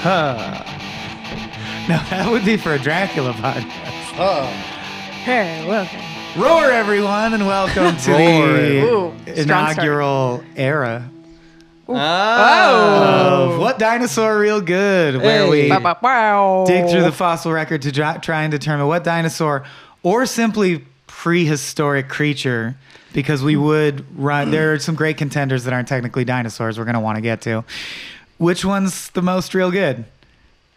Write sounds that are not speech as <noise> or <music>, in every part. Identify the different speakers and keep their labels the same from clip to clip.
Speaker 1: Huh. <laughs> No, that would be for a Dracula podcast.
Speaker 2: Oh,
Speaker 3: Hey, welcome.
Speaker 1: Roar, everyone, and welcome to
Speaker 3: Roar. Ooh, strong
Speaker 1: the
Speaker 3: start.
Speaker 1: inaugural era Ah.
Speaker 2: Oh.
Speaker 1: of What Dinosaur Real Good, where
Speaker 2: Hey.
Speaker 1: we
Speaker 3: Bow, bow, bow.
Speaker 1: dig through the fossil record to dri- try and determine what dinosaur or simply prehistoric creature because we would run there are some great contenders that aren't technically dinosaurs we're going to want to get to which one's the most real good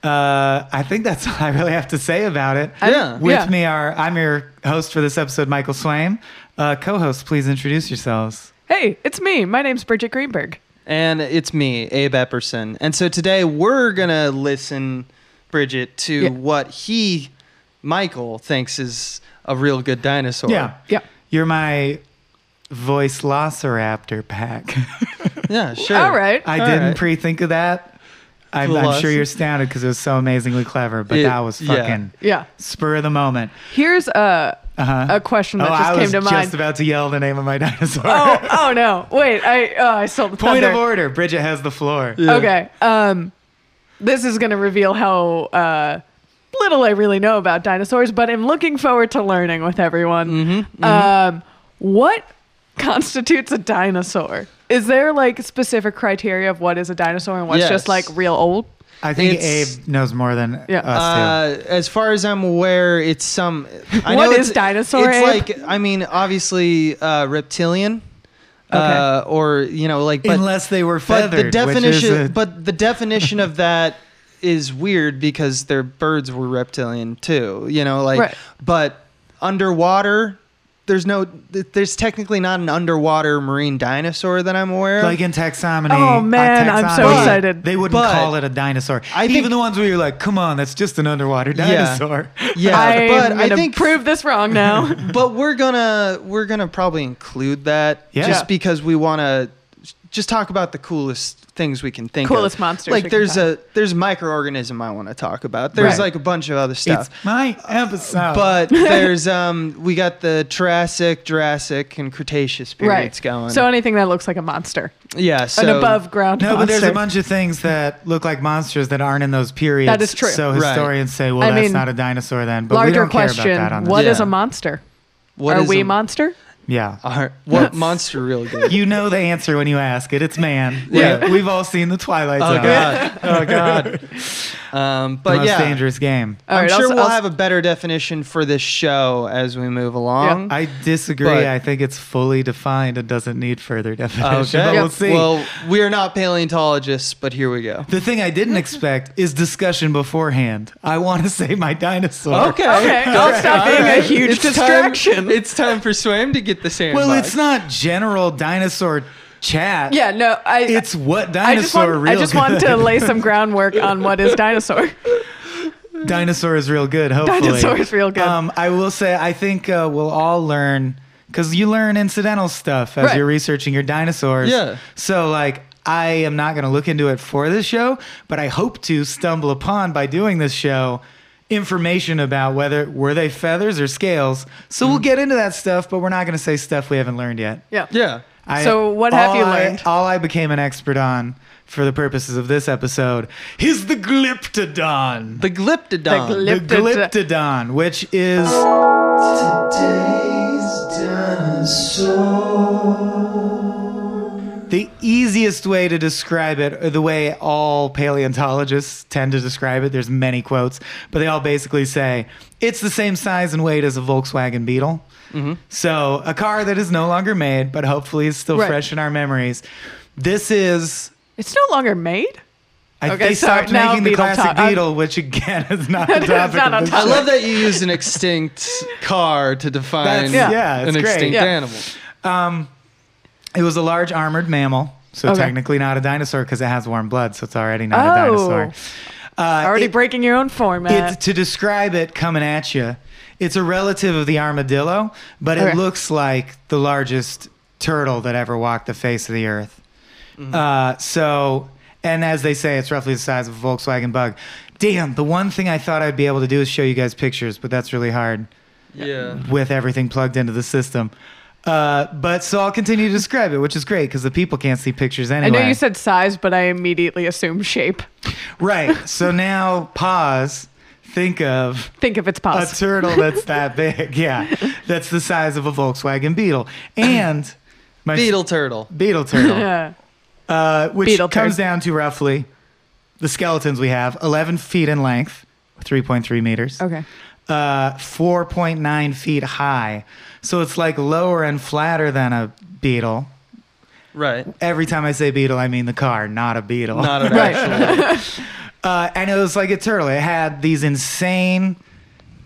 Speaker 1: uh, i think that's <laughs> all i really have to say about it
Speaker 2: Yeah.
Speaker 1: with
Speaker 3: Yeah.
Speaker 1: me are i'm your host for this episode michael swaim uh, co-host please introduce yourselves
Speaker 3: Hey, it's me. My name's Bridget Greenberg.
Speaker 2: and it's me, Abe Epperson. And so today we're gonna listen, Bridget, to
Speaker 3: Yeah.
Speaker 2: what he, Michael, thinks is a real good dinosaur.
Speaker 1: yeah
Speaker 3: Yeah.
Speaker 1: you're my voice velociraptor pack <laughs>
Speaker 2: yeah, sure.
Speaker 3: All right.
Speaker 1: I
Speaker 2: All
Speaker 1: didn't
Speaker 2: right.
Speaker 1: pre-think of that. I'm, I'm
Speaker 2: Plus-
Speaker 1: sure you're astounded because it was so amazingly clever, but
Speaker 2: It-
Speaker 1: that was
Speaker 2: yeah.
Speaker 1: fucking
Speaker 3: yeah.
Speaker 1: spur of the moment.
Speaker 3: Here's a
Speaker 1: Uh-huh.
Speaker 3: a question
Speaker 1: oh,
Speaker 3: that just
Speaker 1: I
Speaker 3: came
Speaker 1: was
Speaker 3: to
Speaker 1: just
Speaker 3: mind.
Speaker 1: about to yell the name of my <laughs> dinosaur.
Speaker 3: oh, oh no. Wait, I oh, I sold the
Speaker 1: Point of
Speaker 3: thunder.
Speaker 1: order. Bridget has the floor.
Speaker 2: Yeah.
Speaker 3: Okay. Um this is going to reveal how uh little I really know about dinosaurs, but I'm looking forward to learning with everyone.
Speaker 1: Mm-hmm,
Speaker 3: Um what constitutes a dinosaur? Is there like specific criteria of what is a dinosaur and what's
Speaker 2: Yes.
Speaker 3: just like real old?
Speaker 1: I think
Speaker 2: It's-
Speaker 1: Abe knows more than
Speaker 3: Yeah.
Speaker 1: us
Speaker 2: Uh, as far as I'm aware, it's some. I
Speaker 3: What
Speaker 2: know
Speaker 3: is
Speaker 2: it's,
Speaker 3: dinosaur,
Speaker 2: It's
Speaker 3: Abe?
Speaker 2: like I mean, obviously uh, reptilian, uh, or you know, like
Speaker 1: do.
Speaker 2: but,
Speaker 1: Unless they were
Speaker 2: but
Speaker 1: feathered.
Speaker 2: the
Speaker 1: Which is
Speaker 2: definition,
Speaker 1: a-
Speaker 2: but the definition of that is weird because their birds were reptilian too. You know, like
Speaker 3: Right.
Speaker 2: but underwater. There's no, th- there's technically not an underwater marine dinosaur that I'm aware of.
Speaker 1: like in taxonomy.
Speaker 3: Oh,
Speaker 1: uh,
Speaker 3: man, I'm so
Speaker 1: taxonomy,
Speaker 3: excited.
Speaker 1: They wouldn't
Speaker 2: But-
Speaker 1: call it a dinosaur.
Speaker 2: I
Speaker 1: Even
Speaker 2: think-
Speaker 1: the ones where you're like, come on, that's just an underwater
Speaker 2: Yeah.
Speaker 1: dinosaur.
Speaker 2: yeah,
Speaker 3: I'm
Speaker 2: but
Speaker 3: gonna
Speaker 2: I think
Speaker 3: prove this wrong now.
Speaker 2: <laughs> but we're gonna we're gonna probably include that
Speaker 1: Yeah.
Speaker 2: just because we want to just talk about the coolest things we can think of.
Speaker 3: Coolest monsters we
Speaker 2: like
Speaker 3: can
Speaker 2: there's
Speaker 3: find.
Speaker 2: a there's a microorganism i want to talk about there's
Speaker 1: Right.
Speaker 2: like a bunch of other
Speaker 1: It's
Speaker 2: stuff
Speaker 1: my
Speaker 3: Oh.
Speaker 1: episode.
Speaker 3: <laughs>
Speaker 2: but there's um we got the Jurassic, Jurassic, and Cretaceous periods going.
Speaker 3: So anything that looks like a monster,
Speaker 2: yeah, so
Speaker 3: an above ground
Speaker 1: No,
Speaker 3: monster.
Speaker 1: but there's a bunch of things that look like monsters that aren't in those periods.
Speaker 3: That is true.
Speaker 1: So
Speaker 2: Right.
Speaker 1: historians say, well,
Speaker 3: I
Speaker 1: that's
Speaker 3: mean,
Speaker 1: not a dinosaur then. But we
Speaker 3: Larger
Speaker 1: don't
Speaker 3: question:
Speaker 1: care about that on this.
Speaker 3: What is
Speaker 2: Yeah.
Speaker 3: a monster?
Speaker 2: what
Speaker 3: Are
Speaker 2: is
Speaker 3: we
Speaker 2: a-
Speaker 3: monster?
Speaker 1: Yeah.
Speaker 2: Are,
Speaker 3: <laughs>
Speaker 2: what monster real good?
Speaker 1: You know the answer when you ask it. It's man.
Speaker 2: Yeah.
Speaker 1: Yeah. We've all seen the Twilight
Speaker 2: Oh
Speaker 1: Zone.
Speaker 2: god,
Speaker 1: <laughs>
Speaker 2: oh god. Um,
Speaker 1: The
Speaker 2: but
Speaker 1: most
Speaker 2: yeah,
Speaker 1: dangerous game.
Speaker 3: All
Speaker 2: I'm
Speaker 3: right,
Speaker 2: sure
Speaker 3: I'll-
Speaker 2: we'll
Speaker 3: I'll-
Speaker 2: have a better definition for this show as we move along.
Speaker 1: I disagree.
Speaker 2: But-
Speaker 1: I think it's fully defined and doesn't need further <laughs> definition. But we'll see.
Speaker 2: Well, we are not paleontologists, but here we go.
Speaker 1: the thing I
Speaker 3: <laughs>
Speaker 1: didn't expect is discussion beforehand. I want to <laughs> say my dinosaur.
Speaker 3: Okay, I'll stop being a huge
Speaker 2: It's time-
Speaker 3: distraction.
Speaker 2: it's time for Swam to get the sandbox.
Speaker 1: Well, it's not general dinosaur chat.
Speaker 3: Yeah, no, I.
Speaker 1: <laughs> It's what
Speaker 3: I just
Speaker 1: dinosaur
Speaker 3: want.
Speaker 1: real
Speaker 3: I just want
Speaker 1: good.
Speaker 3: to lay some groundwork on what is dinosaur.
Speaker 1: <laughs>
Speaker 3: <laughs>
Speaker 1: Dinosaur is real good, hopefully.
Speaker 3: Dinosaur is real good.
Speaker 1: Um, I will say, I think uh, we'll all learn because you learn incidental stuff as
Speaker 3: Right.
Speaker 1: you're researching your dinosaurs.
Speaker 2: Yeah.
Speaker 1: So, like, I am not going to look into it for this show, but I hope to stumble upon by doing this show information about whether were they feathers or scales. So
Speaker 3: Mm.
Speaker 1: we'll get into that stuff, but we're not going to say stuff we haven't learned yet.
Speaker 3: Yeah.
Speaker 2: Yeah.
Speaker 1: I-
Speaker 3: So what have
Speaker 1: all
Speaker 3: you
Speaker 1: I-
Speaker 3: learned?
Speaker 1: all I became an expert on, for the purposes of this episode, is the glyptodon.
Speaker 2: The glyptodon.
Speaker 3: The gly-
Speaker 1: The
Speaker 3: Glyptod-
Speaker 1: glyptodon, which is the easiest way to describe it, or the way all paleontologists tend to describe it. There's many quotes, but they all basically say it's the same size and weight as a Volkswagen Beetle.
Speaker 3: Mm-hmm.
Speaker 1: So a car that is no longer made, but hopefully is still
Speaker 3: Right.
Speaker 1: fresh in our memories. This is.
Speaker 3: It's no longer made.
Speaker 1: I,
Speaker 3: Okay,
Speaker 1: they
Speaker 3: so
Speaker 1: stopped
Speaker 3: now
Speaker 1: making the
Speaker 3: Beetle
Speaker 1: classic
Speaker 3: talk. I'm-
Speaker 1: Beetle, which again <laughs> is not a
Speaker 3: <laughs> It's
Speaker 1: topic.
Speaker 3: not
Speaker 1: of
Speaker 3: on
Speaker 1: this
Speaker 2: I
Speaker 3: topic.
Speaker 1: show.
Speaker 2: love that you use an extinct car to define
Speaker 1: That's- yeah. Yeah,
Speaker 2: an
Speaker 1: it's great.
Speaker 2: extinct
Speaker 3: Yeah.
Speaker 2: animal.
Speaker 1: It was a large armored mammal, so
Speaker 3: Okay.
Speaker 1: technically not a dinosaur because it has warm blood, so it's already not
Speaker 3: Oh.
Speaker 1: a dinosaur. Uh,
Speaker 3: Already
Speaker 1: it-
Speaker 3: breaking your own format.
Speaker 1: it's, to describe it coming at you, it's a relative of the armadillo, but
Speaker 3: Okay.
Speaker 1: it looks like the largest turtle that ever walked the face of the earth.
Speaker 3: Mm-hmm.
Speaker 1: Uh, so, and as they say, it's roughly the size of a Volkswagen bug. Damn, the one thing I thought I'd be able to do is show you guys pictures, but that's really hard
Speaker 2: Yeah.
Speaker 1: with everything plugged into the system. Uh, but so I'll continue to describe it, which is great because the people can't see pictures
Speaker 3: I
Speaker 1: anyway.
Speaker 3: know you said size, but I immediately assume shape.
Speaker 1: <laughs> right. So now pause. Think of
Speaker 3: Think if it's
Speaker 1: a
Speaker 3: possible.
Speaker 1: turtle that's that big. <laughs> Yeah, that's the size of a Volkswagen Beetle and my
Speaker 2: Beetle turtle.
Speaker 1: <laughs> Beetle turtle.
Speaker 3: <laughs> Yeah.
Speaker 1: uh, which
Speaker 3: Beetle
Speaker 1: comes
Speaker 3: turd.
Speaker 1: down to roughly the skeletons we have 11 feet in length 3.3 meters
Speaker 3: Okay.
Speaker 1: uh, 4.9 feet high so it's like lower and flatter than a beetle
Speaker 2: Right.
Speaker 1: every time i say beetle i mean the car not a beetle
Speaker 2: Not an
Speaker 3: Right.
Speaker 2: actual.
Speaker 1: <laughs> uh, and it was like a turtle it had these insane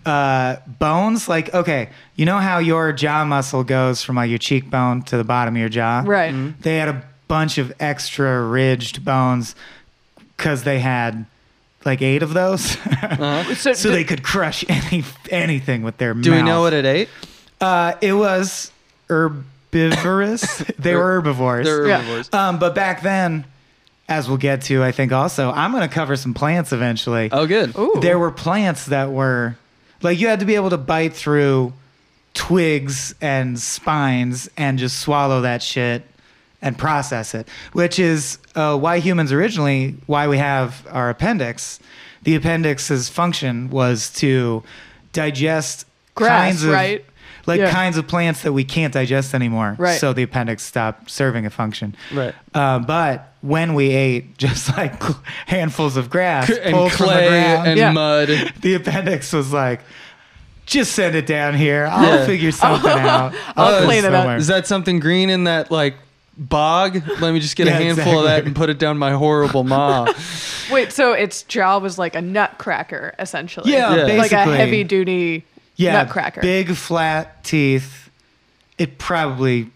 Speaker 1: uh, bones like okay you know how your jaw muscle goes from like your cheekbone to the bottom of your jaw
Speaker 3: Right.
Speaker 2: Mm-hmm.
Speaker 1: they had a bunch of extra ridged bones because they had like eight of those, <laughs>
Speaker 3: So,
Speaker 1: so
Speaker 3: d-
Speaker 1: they could crush any anything with their.
Speaker 2: Uh-huh. Do we know what it ate?
Speaker 1: Uh, it was herbivorous. <laughs> they were herbivores.
Speaker 2: They're
Speaker 3: Yeah.
Speaker 2: herbivores.
Speaker 1: um, but back then, as we'll get to, I think also I'm going to cover some plants eventually.
Speaker 2: Oh, good.
Speaker 3: Ooh.
Speaker 1: There were plants that were like you had to be able to bite through twigs and spines and just swallow that shit and process it, which is uh, why humans originally, why we have our appendix. The appendix's function was to digest
Speaker 3: Grass,
Speaker 1: kinds of
Speaker 3: right?
Speaker 1: like
Speaker 3: Yeah.
Speaker 1: kinds of plants that we can't digest anymore.
Speaker 3: Right.
Speaker 1: So the appendix stopped serving a function.
Speaker 2: Right.
Speaker 1: Uh, but when we ate just <laughs> like handfuls of grass
Speaker 2: And
Speaker 1: pulled from the
Speaker 2: clay
Speaker 1: ground,
Speaker 2: and
Speaker 3: Yeah.
Speaker 2: mud.
Speaker 1: <laughs> the appendix was like, just send it down here. I'll
Speaker 2: Yeah.
Speaker 1: figure
Speaker 3: <laughs>
Speaker 1: something out.
Speaker 3: I'll
Speaker 1: put
Speaker 3: clean it up.
Speaker 1: somewhere."
Speaker 2: Is that something green in that like bog? Let me just get
Speaker 1: Yeah,
Speaker 2: a handful of that
Speaker 1: exactly.
Speaker 2: and put it down my horrible
Speaker 1: <laughs>
Speaker 2: maw.
Speaker 3: wait, so its jaw was like a nutcracker, essentially.
Speaker 1: Yeah,
Speaker 2: Yeah.
Speaker 1: basically.
Speaker 3: Like a heavy duty
Speaker 1: yeah,
Speaker 3: nutcracker.
Speaker 1: Big flat teeth. It probably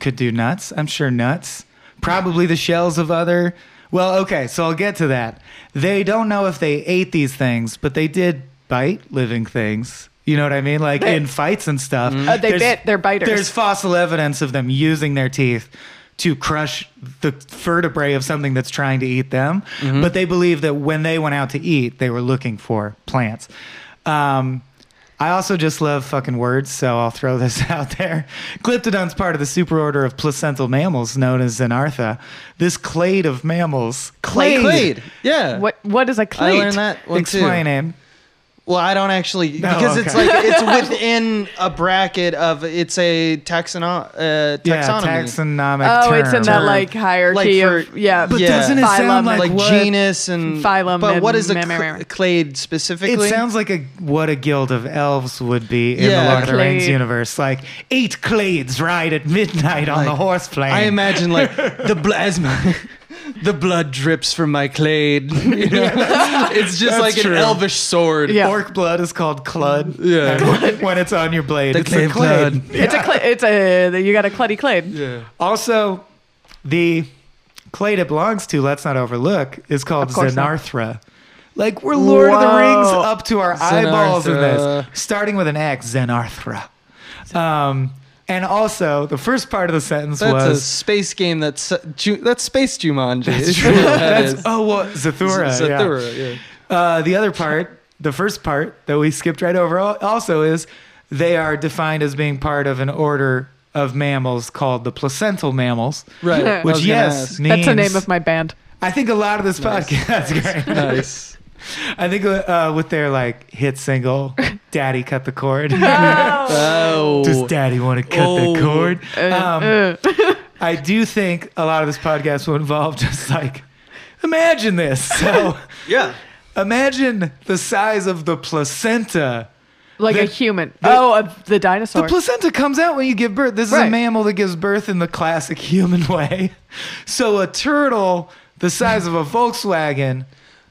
Speaker 1: could do nuts. I'm sure nuts. Probably the shells of other. Well, okay, so I'll get to that. They don't know if they ate these things, but they did bite living things. You know what I mean? Like
Speaker 3: They-
Speaker 1: in fights and stuff.
Speaker 3: Uh, they
Speaker 1: There's-
Speaker 3: bit. They're biters.
Speaker 1: There's fossil evidence of them using their teeth to crush the vertebrae of something that's trying to eat them.
Speaker 2: Mm-hmm.
Speaker 1: But they believe that when they went out to eat, they were looking for plants. Um, I also just love fucking words, so I'll throw this <laughs> out there. Glyptodon's part of the superorder of placental mammals known as Xenartha. This clade of mammals. Clade.
Speaker 2: Clade. Yeah.
Speaker 3: what what is a cleat?
Speaker 2: I learned that one
Speaker 1: Explain
Speaker 2: too.
Speaker 1: him.
Speaker 2: Well, I don't actually
Speaker 1: No,
Speaker 2: because it's
Speaker 1: okay.
Speaker 2: like
Speaker 1: <laughs>
Speaker 2: it's within a bracket of it's a taxono- uh, taxonomy.
Speaker 1: Yeah, taxonomic
Speaker 3: Oh,
Speaker 1: term.
Speaker 3: it's in that
Speaker 2: Term.
Speaker 3: like hierarchy
Speaker 2: Like for-
Speaker 3: of yeah.
Speaker 1: But
Speaker 2: Yeah.
Speaker 1: doesn't it sound
Speaker 3: Phylum
Speaker 1: like,
Speaker 3: and-
Speaker 2: like
Speaker 1: what-
Speaker 2: genus and
Speaker 3: Phylum
Speaker 2: But what
Speaker 3: and
Speaker 2: is a
Speaker 3: meh,
Speaker 2: cl-
Speaker 3: meh, meh, meh.
Speaker 2: clade specifically?
Speaker 1: It sounds like a what a guild of elves would be in
Speaker 2: Yeah.
Speaker 1: the Lord of the Rings
Speaker 3: Clade.
Speaker 1: universe. Like eight clades ride at midnight on the
Speaker 2: Like,
Speaker 1: horse plane.
Speaker 2: I
Speaker 1: <laughs>
Speaker 2: imagine like the bl- as my, the blood drips from my clade. <laughs> you know? it's just
Speaker 1: that's
Speaker 2: like
Speaker 1: true.
Speaker 2: an elvish sword.
Speaker 3: Yeah.
Speaker 1: Orc blood is called clud.
Speaker 2: Yeah.
Speaker 1: And <laughs> when- when it's on your blade,
Speaker 2: The
Speaker 1: it's a
Speaker 2: clave
Speaker 1: clade.
Speaker 2: clud.
Speaker 3: It's a cl- it's a you got a cluddy clade.
Speaker 2: Yeah.
Speaker 1: Also, the clade it belongs to, let's not overlook, is called
Speaker 3: Of course not.
Speaker 1: Xenarthra. Like we're Lord of the Rings
Speaker 3: Whoa.
Speaker 1: up to our eyeballs in
Speaker 2: Xenarthra.
Speaker 1: this, starting with an X, Xenarthra. Um, and also, the first part of the sentence
Speaker 2: That's
Speaker 1: was
Speaker 2: a space game. That's uh, ju- that's space Jumanji. <laughs> That's
Speaker 1: true. That's, oh, well, Zathura. yeah.
Speaker 2: Zathura, yeah.
Speaker 1: Uh, the other part, the first part that we skipped right over, al- also is they are defined as being part of an order of mammals called the placental mammals.
Speaker 2: Right.
Speaker 1: <laughs>
Speaker 2: I
Speaker 1: Which
Speaker 2: was gonna
Speaker 1: yes,
Speaker 2: ask.
Speaker 1: means,
Speaker 3: That's the name of
Speaker 1: <laughs>
Speaker 3: my band.
Speaker 1: I think a lot of this podcast. <laughs> That's
Speaker 2: <laughs>
Speaker 1: great.
Speaker 2: Nice.
Speaker 1: I think uh, with their like hit single, "Daddy Cut the
Speaker 2: <laughs>
Speaker 1: Cord."
Speaker 2: Oh.
Speaker 1: Does Daddy want to cut the
Speaker 2: Oh.
Speaker 1: cord? Um,
Speaker 3: Uh,
Speaker 1: I do think a lot of this podcast will involve just like, imagine this.
Speaker 2: <laughs>
Speaker 1: So.
Speaker 2: yeah.
Speaker 1: Imagine the size of the placenta.
Speaker 3: <laughs> like
Speaker 1: the-
Speaker 3: a human.
Speaker 1: the-
Speaker 3: oh, uh, the
Speaker 1: The
Speaker 3: dinosaur.
Speaker 1: placenta comes out when you give birth. This is a
Speaker 3: Right.
Speaker 1: mammal that gives birth in the classic <laughs> human way. So a turtle the size of a Volkswagen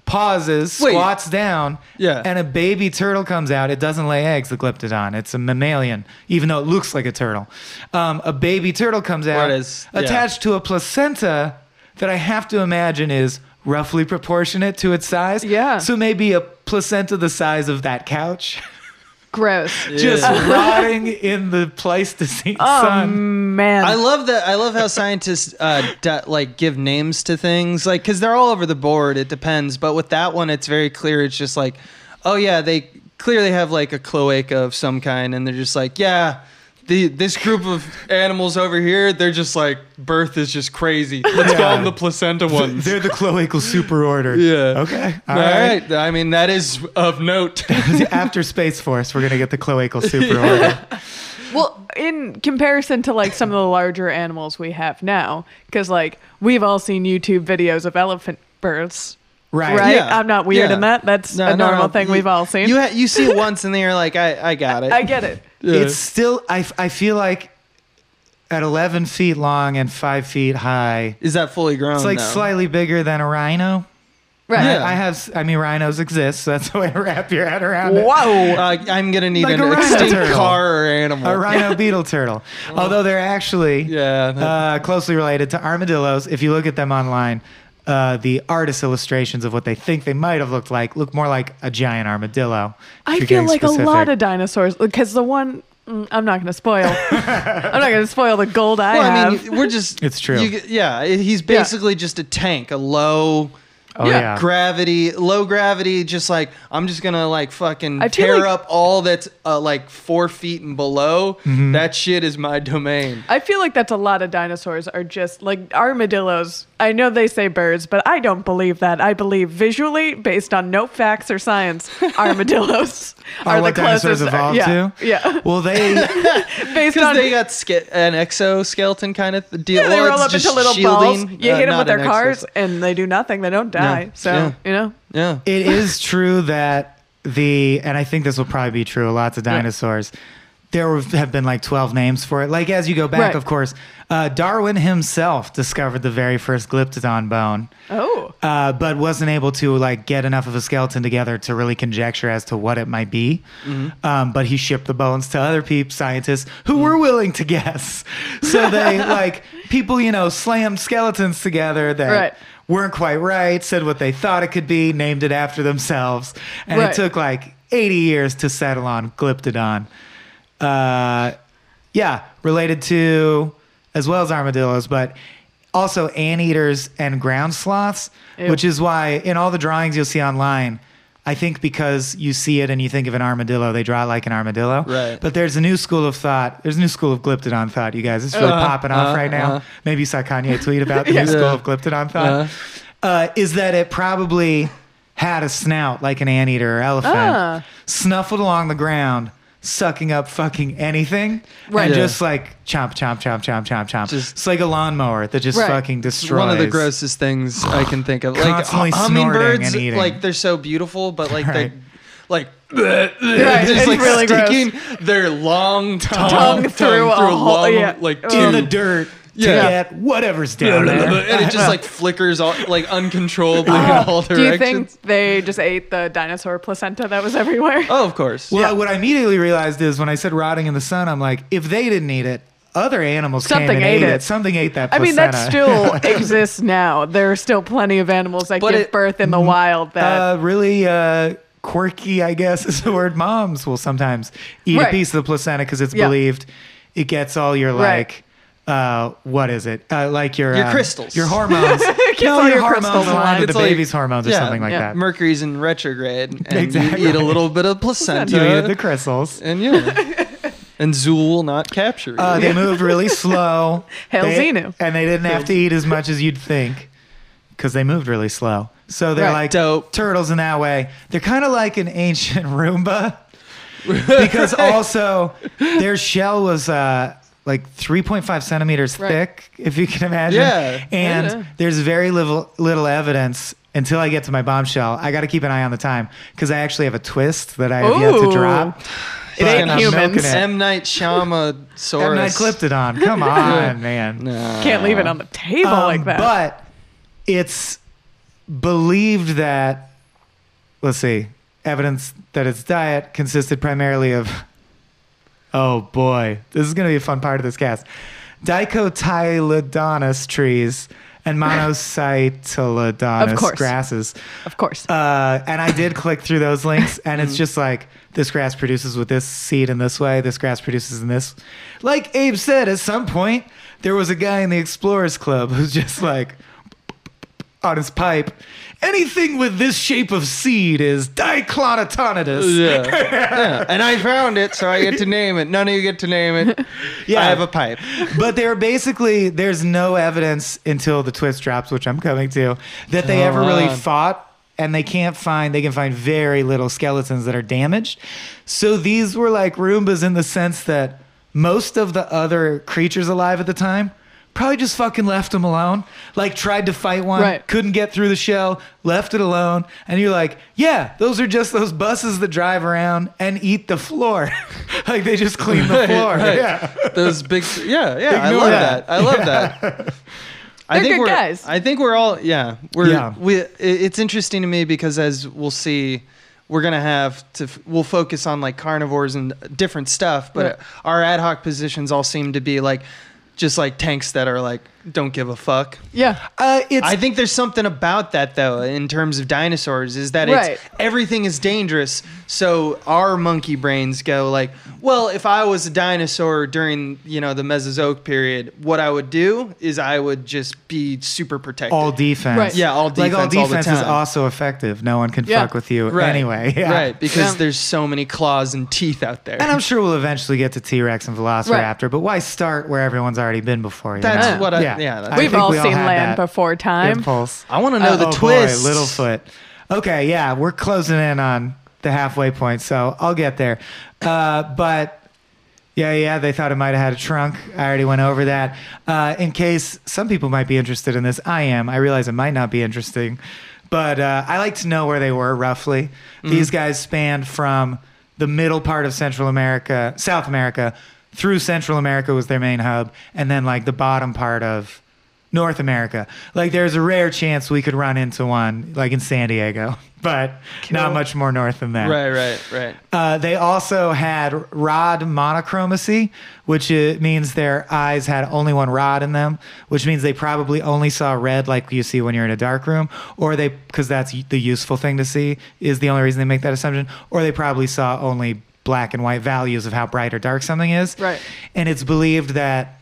Speaker 1: pauses,
Speaker 2: Wait.
Speaker 1: squats down,
Speaker 2: Yeah.
Speaker 1: and a baby turtle comes out. It doesn't lay eggs, the glyptodon. It's a mammalian, even though it looks like a turtle. Um, a baby turtle comes out
Speaker 2: What is- yeah.
Speaker 1: attached to a placenta that I have to imagine is roughly proportionate to its size.
Speaker 3: Yeah.
Speaker 1: So maybe a placenta the size of that couch <laughs>
Speaker 3: Gross.
Speaker 1: just
Speaker 2: Yeah. <laughs>
Speaker 1: rotting in the Pleistocene
Speaker 3: Oh
Speaker 1: sun.
Speaker 3: man.
Speaker 2: I love that. I love how scientists uh, d- like give names to things, like because they're all over the board. It depends, but with that one, it's very clear. It's just like, oh yeah, they clearly have like a cloaca of some kind, and they're just like, yeah, the this group of animals over here, they're just like birth is
Speaker 3: <laughs>
Speaker 2: just crazy. Let's call them the placenta ones.
Speaker 1: They're the cloacal superorder.
Speaker 2: <laughs> Yeah.
Speaker 1: Okay. <laughs>
Speaker 2: All right. I mean, that is of note.
Speaker 3: <laughs>
Speaker 1: After Space Force, we're gonna get the
Speaker 2: <laughs>
Speaker 1: cloacal superorder.
Speaker 3: Well, in comparison to like some of the larger animals we have now, because like we've all seen YouTube videos of elephant births,
Speaker 1: Right.
Speaker 3: right?
Speaker 2: Yeah.
Speaker 3: I'm not weird
Speaker 2: Yeah.
Speaker 3: in that. That's
Speaker 2: No,
Speaker 3: a
Speaker 2: no, no.
Speaker 3: normal thing
Speaker 2: You-
Speaker 3: we've all seen.
Speaker 2: You ha- you see it once and then you're like, I, I got
Speaker 3: <laughs>
Speaker 2: it.
Speaker 3: I get it.
Speaker 2: Yeah.
Speaker 1: It's still. I, f- I feel like at 11 feet long and five feet high,
Speaker 2: is that fully grown?
Speaker 1: it's like
Speaker 2: now?
Speaker 1: slightly bigger than a rhino.
Speaker 3: Right.
Speaker 2: Oh, Yeah.
Speaker 1: I have. s- I mean, rhinos exist, so that's the way to wrap your head around it.
Speaker 2: Whoa! Uh, I'm gonna need
Speaker 1: Like a
Speaker 2: an
Speaker 1: rhino
Speaker 2: extinct
Speaker 1: turtle.
Speaker 2: car or animal.
Speaker 1: A rhino beetle turtle. Although they're actually
Speaker 2: Yeah.
Speaker 1: uh, closely related to armadillos. If you look at them online, uh, the artist illustrations of what they think they might have looked like look more like a giant armadillo. if
Speaker 3: I
Speaker 1: you're
Speaker 3: feel
Speaker 1: getting
Speaker 3: like
Speaker 1: specific.
Speaker 3: a lot of dinosaurs because the one mm, I'm not going to
Speaker 2: <laughs>
Speaker 3: spoil. I'm not going to spoil the gold I
Speaker 2: Well, I,
Speaker 3: have.
Speaker 2: mean, we're
Speaker 1: <laughs>
Speaker 2: just.
Speaker 1: It's true.
Speaker 2: you- yeah, he's basically just a tank, a low
Speaker 1: Oh
Speaker 3: yeah,
Speaker 1: yeah.
Speaker 2: gravity, low gravity. Just like I'm just gonna like fucking
Speaker 3: I feel
Speaker 2: tear
Speaker 3: like-
Speaker 2: up all that's uh, like four feet and below.
Speaker 1: Mm-hmm.
Speaker 2: That shit is my domain.
Speaker 3: I feel like that's a lot of dinosaurs are just like armadillos. I know they say birds, but I don't believe that. I believe visually, based on no facts or
Speaker 2: <laughs>
Speaker 3: science, armadillos
Speaker 1: Oh,
Speaker 3: are the
Speaker 1: what dinosaurs
Speaker 3: closest.
Speaker 1: evolved
Speaker 3: yeah,
Speaker 1: to?
Speaker 2: <laughs>
Speaker 3: yeah.
Speaker 1: <laughs> Well, they
Speaker 3: Based
Speaker 2: Because
Speaker 3: on
Speaker 2: they got ske- an exoskeleton kind of th- deal.
Speaker 3: yeah, they
Speaker 2: Well,
Speaker 3: roll up
Speaker 2: it's
Speaker 3: into
Speaker 2: just
Speaker 3: little
Speaker 2: shielding.
Speaker 3: balls. You
Speaker 2: Uh,
Speaker 3: hit them
Speaker 2: not
Speaker 3: with their
Speaker 2: an
Speaker 3: cars,
Speaker 2: exoskeleton.
Speaker 3: and they do nothing. They don't die.
Speaker 2: No.
Speaker 3: So
Speaker 2: Yeah.
Speaker 3: you know,
Speaker 2: Yeah.
Speaker 1: It is true that the, and I think this will probably be true of lots of dinosaurs. There were- have been like 12 names for it. Like, as you go back,
Speaker 3: Right.
Speaker 1: of course, uh, Darwin himself discovered the very first glyptodon bone,
Speaker 3: oh,
Speaker 1: uh, but wasn't able to like get enough of a skeleton together to really conjecture as to what it might be.
Speaker 3: Mm-hmm.
Speaker 1: Um, but he shipped the bones to other peep scientists who were willing to guess. So
Speaker 3: <laughs>
Speaker 1: they like people, you know, slammed skeletons together that
Speaker 3: Right.
Speaker 1: weren't quite right, said what they thought it could be, named it after themselves. And
Speaker 3: Right.
Speaker 1: it took like 80 years to settle on Glyptodon. Uh, yeah, related to as well as armadillos, but also anteaters and ground sloths,
Speaker 3: Ew.
Speaker 1: which is why in all the drawings you'll see online, I think because you see it and you think of an armadillo, they draw it like an armadillo.
Speaker 2: Right.
Speaker 1: But there's a new school of thought. There's a new school of glyptodon thought, you guys. It's really
Speaker 2: Uh,
Speaker 1: popping off
Speaker 2: uh,
Speaker 1: right now.
Speaker 2: uh.
Speaker 1: Maybe you saw Kanye tweet about
Speaker 3: <laughs>
Speaker 1: the
Speaker 3: Uh-huh. Yeah. Uh-huh.
Speaker 1: new school of glyptodon thought. Uh, is that it probably had a snout like an anteater or elephant,
Speaker 3: Ah.
Speaker 1: snuffled along the ground, sucking up fucking anything,
Speaker 3: Right.
Speaker 1: and
Speaker 2: Yeah.
Speaker 1: just like chomp, chomp, chomp, chomp, chomp, chomp.
Speaker 2: Just-
Speaker 1: it's like a lawnmower that just
Speaker 3: Right.
Speaker 1: fucking
Speaker 2: It's
Speaker 1: destroys.
Speaker 2: one of the grossest things I can think of. Like
Speaker 1: Constantly
Speaker 2: hu-
Speaker 1: snorting
Speaker 2: hummingbirds,
Speaker 1: and eating.
Speaker 2: like they're so beautiful, but like
Speaker 1: Right.
Speaker 2: they, like <laughs>
Speaker 3: Right,
Speaker 2: just
Speaker 3: it's
Speaker 2: like
Speaker 3: really gross.
Speaker 2: sticking their long tongue,
Speaker 3: Tongue
Speaker 2: tongue
Speaker 3: through
Speaker 2: through,
Speaker 3: a hole-
Speaker 2: long,
Speaker 3: yeah.
Speaker 2: like
Speaker 3: In
Speaker 1: in
Speaker 2: tube.
Speaker 1: the <laughs> dirt
Speaker 2: Yeah.
Speaker 1: to get whatever's down there.
Speaker 2: and it
Speaker 3: <laughs>
Speaker 2: just like flickers all, like uncontrollably in all
Speaker 3: Uh-huh. do you
Speaker 2: directions.
Speaker 3: think they just ate the dinosaur placenta that was <laughs> everywhere?
Speaker 2: oh, of course.
Speaker 1: Well, what I immediately realized is when I said rotting in the sun, I'm like, if they didn't eat it, other animals came
Speaker 3: Something
Speaker 1: and
Speaker 3: ate
Speaker 1: ate,
Speaker 3: it.
Speaker 1: it. Something ate that.
Speaker 3: I mean, that
Speaker 1: placenta.
Speaker 3: still
Speaker 1: <laughs>
Speaker 3: exists now. There are still plenty of animals that
Speaker 2: But
Speaker 3: give
Speaker 2: it-
Speaker 3: birth in the wild that.
Speaker 1: Mm, uh, really uh, quirky, I guess <laughs> is the word. Moms will sometimes eat
Speaker 3: Right.
Speaker 1: a piece of the placenta because it's
Speaker 3: Yeah.
Speaker 1: believed it gets all your
Speaker 3: Right.
Speaker 1: like. Uh, what is it? Uh, like your
Speaker 2: Your
Speaker 1: um,
Speaker 2: crystals. <laughs>
Speaker 1: your hormones. no,
Speaker 3: all
Speaker 1: your
Speaker 3: your
Speaker 1: hormones
Speaker 3: crystals
Speaker 1: aligned with
Speaker 2: It's
Speaker 1: the
Speaker 2: like-
Speaker 1: baby's hormones or
Speaker 2: yeah,
Speaker 1: something like
Speaker 3: yeah.
Speaker 1: that.
Speaker 2: Mercury's in retrograde, and
Speaker 1: Exactly.
Speaker 2: you eat a little bit of placenta,
Speaker 1: You eat the crystals.
Speaker 2: and yeah, and Zool not captured.
Speaker 1: Uh, they moved really
Speaker 3: <laughs>
Speaker 1: slow.
Speaker 3: Hail
Speaker 1: They-
Speaker 3: Xenu.
Speaker 1: And they didn't have to eat as much as you'd think because they moved really slow. So they're
Speaker 3: Right.
Speaker 1: like
Speaker 2: Dope.
Speaker 1: turtles in that way. They're kind of like an ancient <laughs>
Speaker 3: <laughs>
Speaker 1: Roomba because also their shell was uh, like 3.5 centimeters
Speaker 3: Right.
Speaker 1: thick, if you can imagine.
Speaker 2: Yeah.
Speaker 1: And
Speaker 3: Yeah.
Speaker 1: there's very little, little evidence. Until I get to my bombshell, I got to keep an eye on the time because I actually have a twist that I have yet to
Speaker 3: Ooh.
Speaker 1: drop.
Speaker 3: It
Speaker 1: But
Speaker 3: ain't
Speaker 1: I'm milking
Speaker 3: humans.
Speaker 1: it.
Speaker 2: M Night Shama
Speaker 1: M. Night Glyptodon. Come on, man.
Speaker 3: Can't leave it on the table
Speaker 1: Um,
Speaker 3: like that.
Speaker 1: But it's believed that, let's see, evidence that its diet consisted primarily of, oh boy, this is going to be a fun part of this cast, dicotyledonous trees and
Speaker 3: <laughs>
Speaker 1: monocotyledonous
Speaker 3: Of course.
Speaker 1: grasses.
Speaker 3: of course.
Speaker 1: Uh, and I did click through those links, and it's just like this grass produces with this seed in this way, this grass produces in this. Like Abe said, at some point there was a guy in the Explorers Club who's just like, on his pipe. Anything with this shape of seed is diclotitonitis.
Speaker 2: Yeah. <laughs> Yeah. And I found it, so I get to name it. None of you get to
Speaker 3: <laughs>
Speaker 2: name it.
Speaker 1: Yeah.
Speaker 2: I have a pipe.
Speaker 1: <laughs> but they're basically there's no evidence until the twist drops, which I'm coming to, that they ever really
Speaker 2: on.
Speaker 1: fought. And they can't find, they can find very little skeletons that are damaged. So these were like Roombas in the sense that most of the other creatures alive at the time probably just fucking left them alone. Like tried to fight one,
Speaker 3: Right.
Speaker 1: couldn't get through the shell, left it alone. And you're like, yeah, those are just those buses that drive around and eat the floor. <laughs> like they just clean the floor.
Speaker 2: Right.
Speaker 1: Yeah.
Speaker 2: Those big, yeah, yeah. I
Speaker 1: Ignore
Speaker 2: love
Speaker 1: that.
Speaker 2: that. I
Speaker 1: <laughs>
Speaker 2: love that. I
Speaker 3: They're
Speaker 2: think
Speaker 3: good
Speaker 2: we're,
Speaker 3: guys.
Speaker 2: I think we're all, yeah. We're,
Speaker 1: Yeah.
Speaker 2: we. it- It's interesting to me because as we'll see, we're gonna have to. f- We'll focus on like carnivores and different stuff, but
Speaker 3: Right.
Speaker 2: our ad hoc positions all seem to be like, just like tanks that are like, don't give a fuck.
Speaker 3: Yeah.
Speaker 1: Uh, it's
Speaker 2: I think there's something about that though, in terms of dinosaurs, is that
Speaker 3: Right.
Speaker 2: it's everything is dangerous. So our monkey brains go like, well, if I was a dinosaur during you know the Mesozoic period, what I would do is I would just be super protective.
Speaker 1: all defense.
Speaker 3: Right.
Speaker 2: Yeah, all
Speaker 1: Like all
Speaker 2: defense all the
Speaker 1: defense is
Speaker 2: time.
Speaker 1: also effective. No one can
Speaker 3: Yeah.
Speaker 1: fuck with you
Speaker 2: Right.
Speaker 1: anyway. <laughs> Yeah.
Speaker 2: Right, because
Speaker 3: Yeah.
Speaker 2: there's so many claws and teeth out there.
Speaker 1: And I'm sure we'll eventually get to T Rex and Velociraptor, but why start where everyone's already been before? You
Speaker 2: That's
Speaker 1: know?
Speaker 2: what I- yeah, that's- I
Speaker 3: We've
Speaker 1: think
Speaker 3: all
Speaker 1: we
Speaker 3: seen
Speaker 1: had
Speaker 3: land
Speaker 1: that
Speaker 3: before time.
Speaker 1: Impulse.
Speaker 2: I want to know
Speaker 1: Oh,
Speaker 2: the
Speaker 1: boy,
Speaker 2: twist.
Speaker 1: Littlefoot. Okay, yeah, we're closing in on the halfway point, so I'll get there. Uh, but yeah, yeah, they thought it might have had a trunk. I already went over that. Uh, in case some people might be interested in this, I am. I realize it might not be interesting, but uh, I like to know where they were roughly. These guys spanned from the middle part of Central America, South America, through Central America was their main hub, and then like the bottom part of North America. Like there's a rare chance we could run into one, like in San Diego, <laughs> but not
Speaker 2: Cool.
Speaker 1: much more north than that.
Speaker 2: Right, right, right.
Speaker 1: Uh, they also had rod monochromacy, which uh means their eyes had only one rod in them, which means they probably only saw red like you see when you're in a dark room, or they, because that's the useful thing to see, is the only reason they make that assumption, or they probably saw only black and white values of how bright or dark something is.
Speaker 3: Right.
Speaker 1: And it's believed that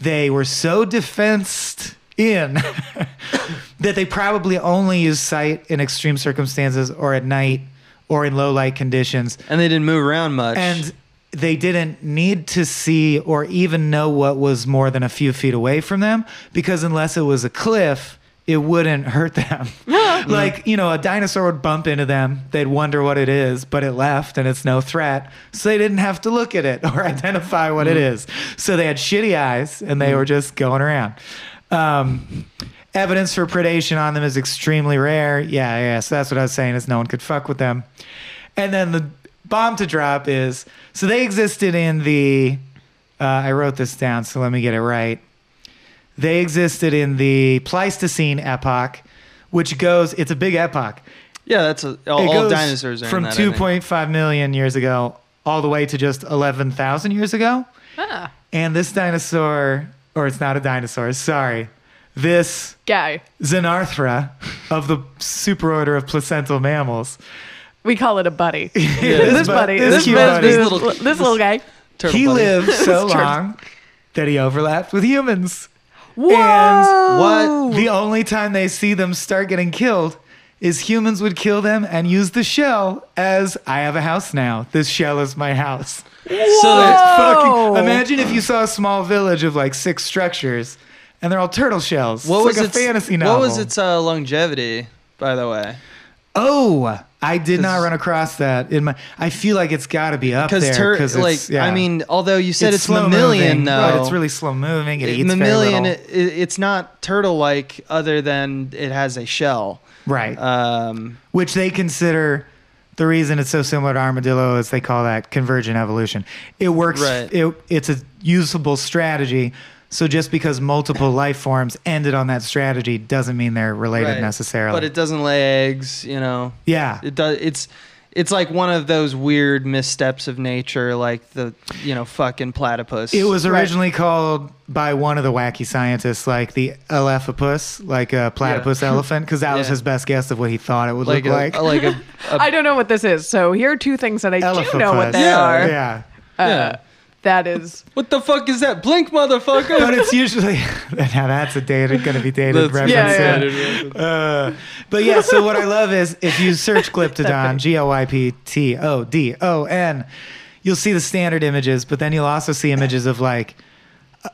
Speaker 1: they were so defensed in <laughs> that they probably only use sight in extreme circumstances or at night or in low light conditions.
Speaker 2: And they didn't move around much.
Speaker 1: And they didn't need to see or even know what was more than a few feet away from them because unless it was a cliff, it wouldn't hurt them. <laughs> like, you know, a dinosaur would bump into them. They'd wonder what it is, but it left and it's no threat. So they didn't have to look at it or <laughs> identify what it is. So they had shitty eyes and they were just going around. Um, evidence for predation on them is extremely rare. Yeah, yeah. So that's what I was saying is no one could fuck with them. And then the bomb to drop is so they existed in the. Uh, I wrote this down, so let me get it right. They existed in the Pleistocene epoch, which goes. It's a big epoch.
Speaker 2: yeah, that's a, all,
Speaker 1: It
Speaker 2: all
Speaker 1: goes
Speaker 2: dinosaurs are in
Speaker 1: from
Speaker 2: that, I think.
Speaker 1: 2.5 million years ago all the way to just 11,000 years ago.
Speaker 3: Ah,
Speaker 1: And this dinosaur, or it's not a dinosaur. Sorry, this
Speaker 3: guy.
Speaker 1: Xenarthra of the superorder of placental mammals.
Speaker 2: <laughs>
Speaker 3: We call it a buddy.
Speaker 1: <laughs> This
Speaker 3: this
Speaker 1: bu-
Speaker 3: buddy.
Speaker 1: this
Speaker 3: This,
Speaker 1: cute
Speaker 3: bud-
Speaker 1: buddy.
Speaker 3: this,
Speaker 2: This
Speaker 3: little,
Speaker 2: little-
Speaker 3: this little guy.
Speaker 2: Turtle
Speaker 1: He
Speaker 2: buddy. <laughs>
Speaker 1: lived so
Speaker 3: Turtle.
Speaker 1: long that he overlapped with humans.
Speaker 3: Whoa.
Speaker 2: What?
Speaker 1: The only time they see them start getting killed is humans would kill them and use the shell as I have a house now. This shell is my
Speaker 2: <laughs>
Speaker 1: house.
Speaker 2: So that-
Speaker 3: Whoa.
Speaker 1: Fucking imagine if you saw a small village of like six structures and they're all turtle shells.
Speaker 2: what
Speaker 1: it's
Speaker 2: was
Speaker 1: like
Speaker 2: its
Speaker 1: a fantasy novel.
Speaker 2: What was its uh, longevity, by the way?
Speaker 1: Oh, I did not
Speaker 2: 'Cause-
Speaker 1: run across that in my. I feel like it's got to be up there
Speaker 2: Because
Speaker 1: because
Speaker 2: like I mean, although you said it's,
Speaker 1: slow
Speaker 2: mammalian
Speaker 1: moving,
Speaker 2: though,
Speaker 1: but it's really slow moving. It,
Speaker 2: it-
Speaker 1: eats
Speaker 2: mammalian.
Speaker 1: Very
Speaker 2: It,
Speaker 1: little.
Speaker 2: it- it's not turtle-like, other than it has a shell.
Speaker 1: right?
Speaker 2: Um,
Speaker 1: Uh, which they consider the reason it's so similar to armadillo is they call that convergent evolution. It works.
Speaker 2: Right.
Speaker 1: It, it's a usable strategy. So just because
Speaker 2: <coughs>
Speaker 1: multiple life forms ended on that strategy doesn't mean they're related
Speaker 2: right.
Speaker 1: necessarily.
Speaker 2: but it doesn't lay eggs. You know,
Speaker 1: yeah,
Speaker 2: it does. It's it's like one of those weird missteps of nature, like the you know fucking platypus.
Speaker 1: It was
Speaker 3: Right.
Speaker 1: originally called by one of the wacky scientists, like the elephopus, like a platypus elephant, because that was
Speaker 2: Yeah. <laughs>
Speaker 1: his best guess of what he thought it would
Speaker 2: like uh, a,
Speaker 1: look like.
Speaker 2: like a,
Speaker 3: <laughs>
Speaker 2: a
Speaker 3: I don't know what this is. So here are two things that I do know what
Speaker 1: Elephopus.
Speaker 3: they
Speaker 2: Yeah.
Speaker 3: are.
Speaker 1: yeah.
Speaker 2: yeah.
Speaker 3: That is
Speaker 2: What the fuck is that? Blink,
Speaker 1: but
Speaker 2: motherfucker.
Speaker 1: it's usually <laughs> now that's a dated going to be dated reference.
Speaker 3: yeah, yeah.
Speaker 1: soon. Uh, but yeah, so what I love is if you search glyptodon, <laughs> G L Y P T O D O N, you'll see the standard images, but then you'll also see images of like a,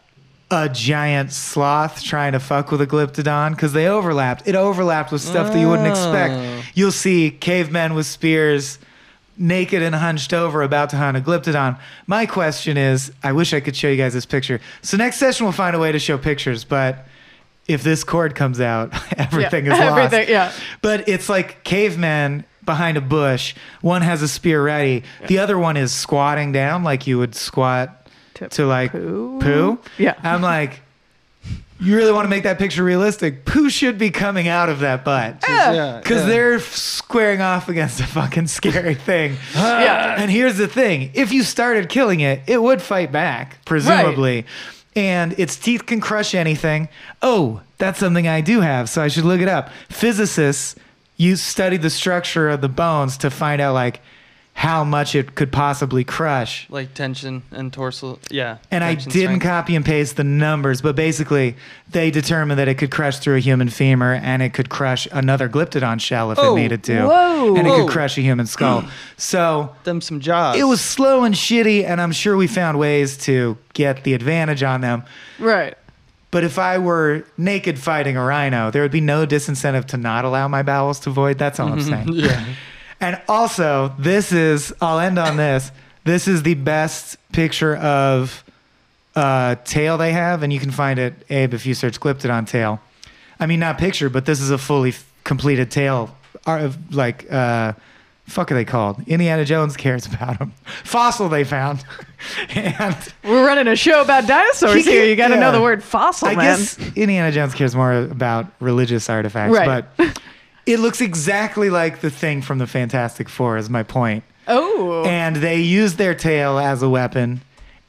Speaker 1: a giant sloth trying to fuck with a glyptodon because they overlapped. It overlapped with stuff that you wouldn't
Speaker 2: Oh.
Speaker 1: expect. You'll see cavemen with spears. Naked and hunched over, about to hunt a glyptodon. My question is I wish I could show you guys this picture. So, next session, we'll find a way to show pictures, but if this cord comes out, <laughs> everything
Speaker 3: yeah,
Speaker 1: is lost.
Speaker 3: <laughs> everything- Yeah.
Speaker 1: But it's like cavemen behind a bush. One has a spear ready. The other one is squatting down like you would squat to, like
Speaker 3: poo?
Speaker 1: poo.
Speaker 3: Yeah.
Speaker 1: I'm like, you really want to make that picture realistic? Poo should be coming out of that butt.
Speaker 2: Yeah,
Speaker 1: Because
Speaker 2: yeah.
Speaker 1: they're squaring off against a fucking scary thing.
Speaker 3: Yeah.
Speaker 1: And here's the thing if you started killing it, it would fight back, presumably. And its teeth can crush anything. Oh, that's something I do have, so I should look it up. Physicists you study the structure of the bones to find out like how much it could possibly crush.
Speaker 2: like tension and torso. Yeah.
Speaker 1: And I
Speaker 2: tension
Speaker 1: didn't
Speaker 2: strength.
Speaker 1: copy and paste the numbers, but basically they determined that it could crush through a human femur and it could crush another glyptodon shell if
Speaker 2: Oh,
Speaker 1: it needed to.
Speaker 3: whoa. Oh.
Speaker 1: And it
Speaker 2: Whoa.
Speaker 1: could crush a human
Speaker 3: <clears throat>
Speaker 1: skull. so
Speaker 2: them some jobs.
Speaker 1: it was slow and shitty, and I'm sure we found ways to get the advantage on them.
Speaker 3: Right.
Speaker 1: But if I were naked fighting a rhino, there would be no disincentive to not allow my bowels to void. That's all I'm saying.
Speaker 2: <laughs> <laughs> Yeah.
Speaker 1: And also, this is, I'll end on
Speaker 3: <coughs>
Speaker 1: this. This is the best picture of uh, tail they have, and you can find it, Abe, if you search Glyptodon tail. I mean, not picture, but this is a fully f- completed tail. Ar- of, Like, uh, fuck are they called? Indiana Jones cares about them. <laughs> Fossil they found. <laughs> and.
Speaker 3: We're running a show about
Speaker 1: He
Speaker 3: dinosaurs
Speaker 1: can-
Speaker 3: here. You got to know
Speaker 1: yeah.
Speaker 3: the word fossil,
Speaker 1: I
Speaker 3: man.
Speaker 1: guess Indiana Jones cares more about religious artifacts,
Speaker 3: Right. <laughs>
Speaker 1: but it looks exactly like the thing from the Fantastic Four, is my point.
Speaker 3: oh.
Speaker 1: And they use their tail as a weapon,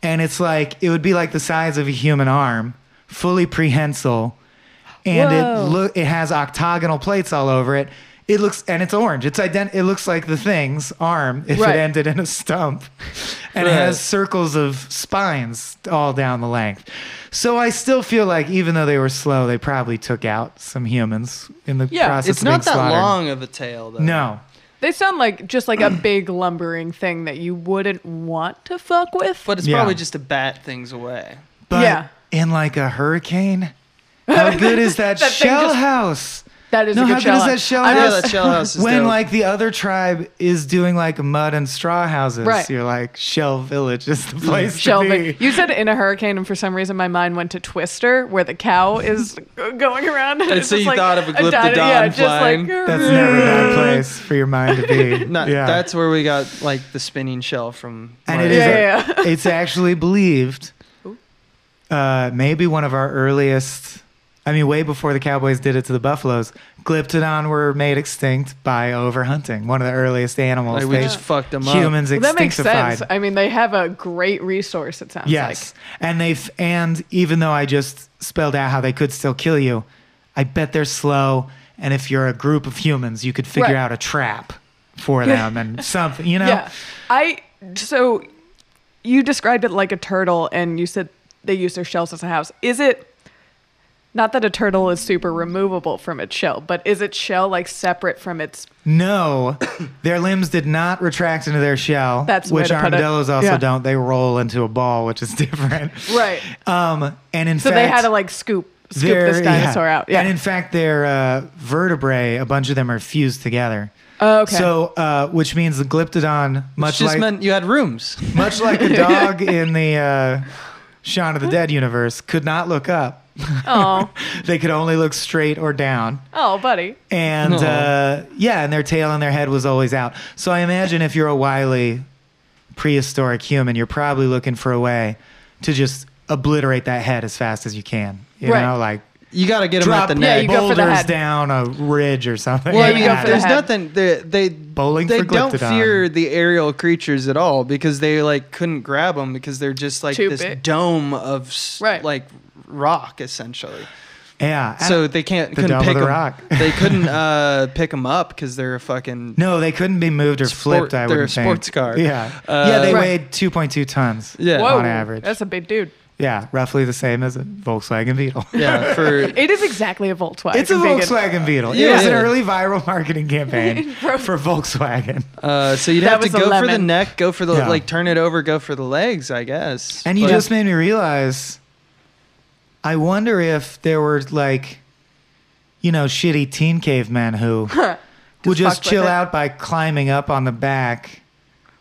Speaker 1: and it's like it would be like the size of a human arm, fully prehensile, and
Speaker 3: Whoa.
Speaker 1: it look it has octagonal plates all over it. It looks and it's orange. It's ident- It looks like the thing's arm if
Speaker 3: Right.
Speaker 1: it ended in a stump, and it
Speaker 2: Right.
Speaker 1: has circles of spines all down the length. So I still feel like even though they were slow, they probably took out some humans in the
Speaker 3: Yeah,
Speaker 1: process.
Speaker 2: It's
Speaker 1: of
Speaker 2: not that
Speaker 1: being slaughtered.
Speaker 2: long of a tail, though.
Speaker 1: No,
Speaker 3: They sound like just like a big lumbering thing that you wouldn't want to fuck with.
Speaker 2: But it's
Speaker 1: Yeah.
Speaker 2: probably just to bat things away.
Speaker 1: but
Speaker 3: Yeah.
Speaker 1: in like a hurricane. How good
Speaker 3: <laughs>
Speaker 1: is that,
Speaker 3: That thing
Speaker 1: shell
Speaker 3: just-
Speaker 1: house?
Speaker 3: that is
Speaker 1: no,
Speaker 3: a good
Speaker 1: how good
Speaker 3: shell
Speaker 1: is
Speaker 3: out.
Speaker 1: that shell
Speaker 3: I
Speaker 1: out?
Speaker 2: Yeah,
Speaker 1: just- <laughs>
Speaker 2: that shell house is
Speaker 1: when
Speaker 2: dope.
Speaker 1: like the other tribe is doing like mud and straw houses,
Speaker 3: Right. Mm.
Speaker 1: you're like Shell Village is the place
Speaker 3: Shell
Speaker 1: to be.
Speaker 3: vic- You said in a hurricane, and for some reason my mind went to Twister, where the cow is g- going around. And
Speaker 2: so you thought of a
Speaker 3: dino-
Speaker 2: glyptodon
Speaker 3: yeah, just
Speaker 2: flying.
Speaker 3: like
Speaker 1: That's never a bad place for your mind to
Speaker 3: <laughs>
Speaker 1: be.
Speaker 2: Not,
Speaker 1: yeah.
Speaker 2: That's where we got like the spinning shell from.
Speaker 1: and
Speaker 2: Mario
Speaker 1: it is.
Speaker 3: Yeah,
Speaker 2: Kart.
Speaker 3: yeah, yeah.
Speaker 1: it's actually believed. Uh, maybe one of our earliest. I mean, way before the Cowboys did it to the Buffaloes, Glyptodon were made extinct by overhunting. One of the earliest animals.
Speaker 2: Like we
Speaker 1: they-
Speaker 2: just fucked them up.
Speaker 1: humans
Speaker 3: Well,
Speaker 1: extinctified.
Speaker 3: that makes sense. I mean, they have a great resource. It sounds
Speaker 1: Yes, and they have and even though I just spelled out how they could still kill you, I bet they're slow. And if you're a group of humans, you could figure
Speaker 3: Right.
Speaker 1: out a trap
Speaker 3: <laughs>
Speaker 1: for them and something, you know.
Speaker 3: like. Yeah, I so you described it like a turtle, and you said they use their shells as a house. Is it? Not that a turtle is super removable from its shell, but is its shell like separate from its?
Speaker 1: No, their limbs did not retract into their shell,
Speaker 3: That's the way
Speaker 1: which
Speaker 3: to put it.
Speaker 1: armadillos also
Speaker 3: Yeah.
Speaker 1: don't. They roll into a ball, which is <laughs> different.
Speaker 3: Right.
Speaker 1: Um, and in
Speaker 3: So
Speaker 1: fact,
Speaker 3: they had to like scoop scoop
Speaker 1: their-
Speaker 3: this dinosaur out. Yeah.
Speaker 1: And in fact, their uh, vertebrae, a bunch of them are fused together.
Speaker 3: oh, okay.
Speaker 1: So, uh, which means the glyptodon,
Speaker 2: Which
Speaker 1: much
Speaker 2: just
Speaker 1: like
Speaker 2: meant you had rooms.
Speaker 1: much like
Speaker 2: <laughs>
Speaker 1: a dog in the uh, Shaun of the Dead universe, could not look up. <laughs>
Speaker 3: oh,
Speaker 1: They could only look straight or down.
Speaker 3: oh, buddy.
Speaker 1: And
Speaker 2: Aw.
Speaker 1: uh, yeah, and their tail and their head was always out. So I imagine if you're a wily prehistoric human, you're probably looking for a way to just obliterate that head as fast as you can. You
Speaker 3: Right.
Speaker 1: know, like
Speaker 2: You got to get them at
Speaker 1: drop
Speaker 2: the
Speaker 3: Yeah,
Speaker 2: neck.
Speaker 3: you go for
Speaker 1: boulders
Speaker 3: the head.
Speaker 1: down a ridge or <laughs> something.
Speaker 2: Well,
Speaker 3: Yeah, you go for the
Speaker 2: there's
Speaker 3: head.
Speaker 2: nothing. They they,
Speaker 1: Bowling
Speaker 2: they
Speaker 1: for
Speaker 2: don't
Speaker 1: Glyptodon.
Speaker 2: fear the aerial creatures at all because they like couldn't grab them because they're just like
Speaker 3: Too
Speaker 2: this
Speaker 3: big.
Speaker 2: dome of s
Speaker 3: Right.
Speaker 2: like rock essentially.
Speaker 1: Yeah.
Speaker 2: So they can't
Speaker 1: The
Speaker 2: couldn't
Speaker 1: Dome of
Speaker 2: pick
Speaker 1: the
Speaker 2: them.
Speaker 1: Rock. <laughs>
Speaker 2: they couldn't uh, pick them up because they're a fucking
Speaker 1: no, they couldn't be moved or
Speaker 2: Sport-
Speaker 1: flipped. I
Speaker 2: they're a
Speaker 1: wouldn't think.
Speaker 2: sports car.
Speaker 1: Yeah.
Speaker 2: Uh,
Speaker 1: yeah, they
Speaker 3: Right.
Speaker 1: weighed 2.2 tons.
Speaker 2: yeah
Speaker 3: Whoa,
Speaker 1: on average.
Speaker 3: That's a big dude.
Speaker 1: Yeah, roughly the same as a Volkswagen Beetle.
Speaker 2: yeah for
Speaker 3: It is exactly a
Speaker 1: <laughs>
Speaker 3: Volkswagen.
Speaker 1: It's a
Speaker 3: vegan.
Speaker 1: Volkswagen Beetle. It
Speaker 2: Yeah.
Speaker 1: was an early viral marketing campaign
Speaker 3: <laughs> Bro.
Speaker 1: for Volkswagen.
Speaker 2: uh, so you'd
Speaker 3: <laughs> That
Speaker 2: have to
Speaker 3: was a
Speaker 2: go for the
Speaker 3: lemon.
Speaker 2: neck, go for the
Speaker 1: Yeah.
Speaker 2: like turn it over, go for the legs, I guess.
Speaker 1: And you
Speaker 2: But-
Speaker 1: just made me realize I wonder if there were like, you know, shitty teen cavemen
Speaker 3: <laughs>
Speaker 1: who would just
Speaker 3: fucked with
Speaker 1: chill
Speaker 3: it.
Speaker 1: out by climbing up on the back.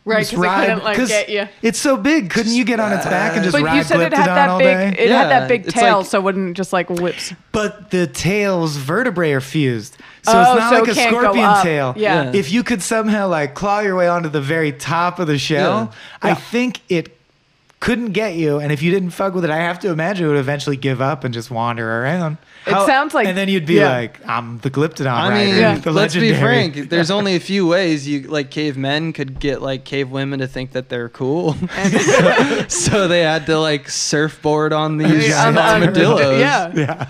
Speaker 3: right?
Speaker 1: just
Speaker 3: Because it couldn't like
Speaker 1: 'cause
Speaker 3: get you.
Speaker 1: It's so big. Couldn't you get on its back and just
Speaker 3: But
Speaker 1: ride
Speaker 3: you said it
Speaker 1: lifted
Speaker 3: had
Speaker 1: on
Speaker 3: that
Speaker 1: all
Speaker 3: big.
Speaker 1: day?
Speaker 3: It had
Speaker 2: Yeah,
Speaker 3: that big
Speaker 2: it's
Speaker 3: tail,
Speaker 2: like-
Speaker 3: so it wouldn't just like whips.
Speaker 1: But the tail's vertebrae are fused. So
Speaker 3: Oh,
Speaker 1: it's not
Speaker 3: so
Speaker 1: like
Speaker 3: it
Speaker 1: a
Speaker 3: can't go
Speaker 1: scorpion
Speaker 3: up.
Speaker 1: tail.
Speaker 3: Yeah.
Speaker 2: Yeah.
Speaker 1: If you could somehow like claw your way onto the very top of the shell, I think it couldn't get you. And if you didn't fuck with it, I have to imagine it would eventually give up and just wander around.
Speaker 3: It sounds like-
Speaker 1: And then you'd be
Speaker 3: yeah.
Speaker 1: like, I'm the glyptodon
Speaker 2: I mean,
Speaker 1: rider.
Speaker 3: Yeah.
Speaker 1: The
Speaker 2: let's be
Speaker 1: legendary.
Speaker 2: frank. There's only a few ways you like cavemen could get like cave women to think that they're cool. so, <laughs> so they had to like
Speaker 1: <laughs>
Speaker 2: surfboard on these
Speaker 1: Yeah, on the- on the-
Speaker 2: armadillos.
Speaker 3: Yeah.
Speaker 1: <laughs> Yeah.